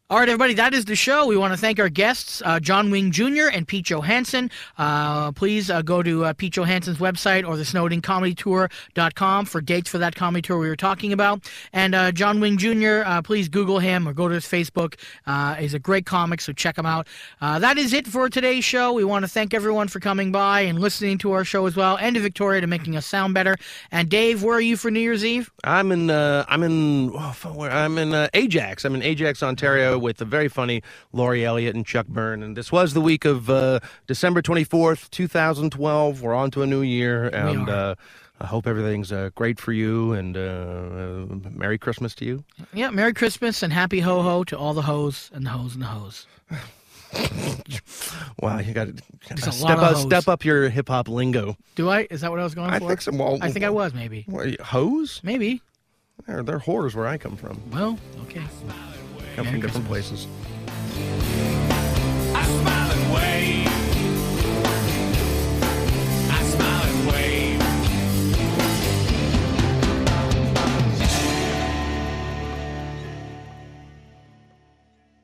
C: All right, everybody, that is the show. We want to thank our guests, uh, John Wing Jr. and Pete Johansson. Uh, please uh, go to uh, Pete Johansson's website or the snowdencomedytour.com for dates for that comedy tour we were talking about. And uh, John Wing Jr., uh, please Google him or go to his Facebook. Uh, he's a great comic, so check him out. Uh, that is it for today's show. We want to thank everyone for coming by and listening to our show as well, and to Victoria to making us sound better. And Dave, where are you for New Year's Eve?
D: I'm in. Uh, I'm in. Oh, fuck, where, I'm in uh, Ajax. I'm in Ajax, Ontario, with the very funny Laurie Elliott and Chuck Byrne. And this was the week of uh, December 24th, 2012. We're on to a new year, and
C: are.
D: Uh, I hope everything's uh, great for you. And uh, uh, Merry Christmas to you.
C: Yeah, Merry Christmas and Happy Ho Ho to all the hoes and the hoes and the hoes.
D: Wow, you got
C: a
D: to
C: lot
D: step
C: of
D: up,
C: hoes.
D: step up your hip hop lingo.
C: Do I? Is that what I was going
D: I
C: for?
D: think so. Well,
C: I think I was maybe.
D: What, hoes?
C: Maybe.
D: They're, they're whores where I come from.
C: Well, okay.
D: Come
C: Merry
D: from different places.
B: I smile and wave.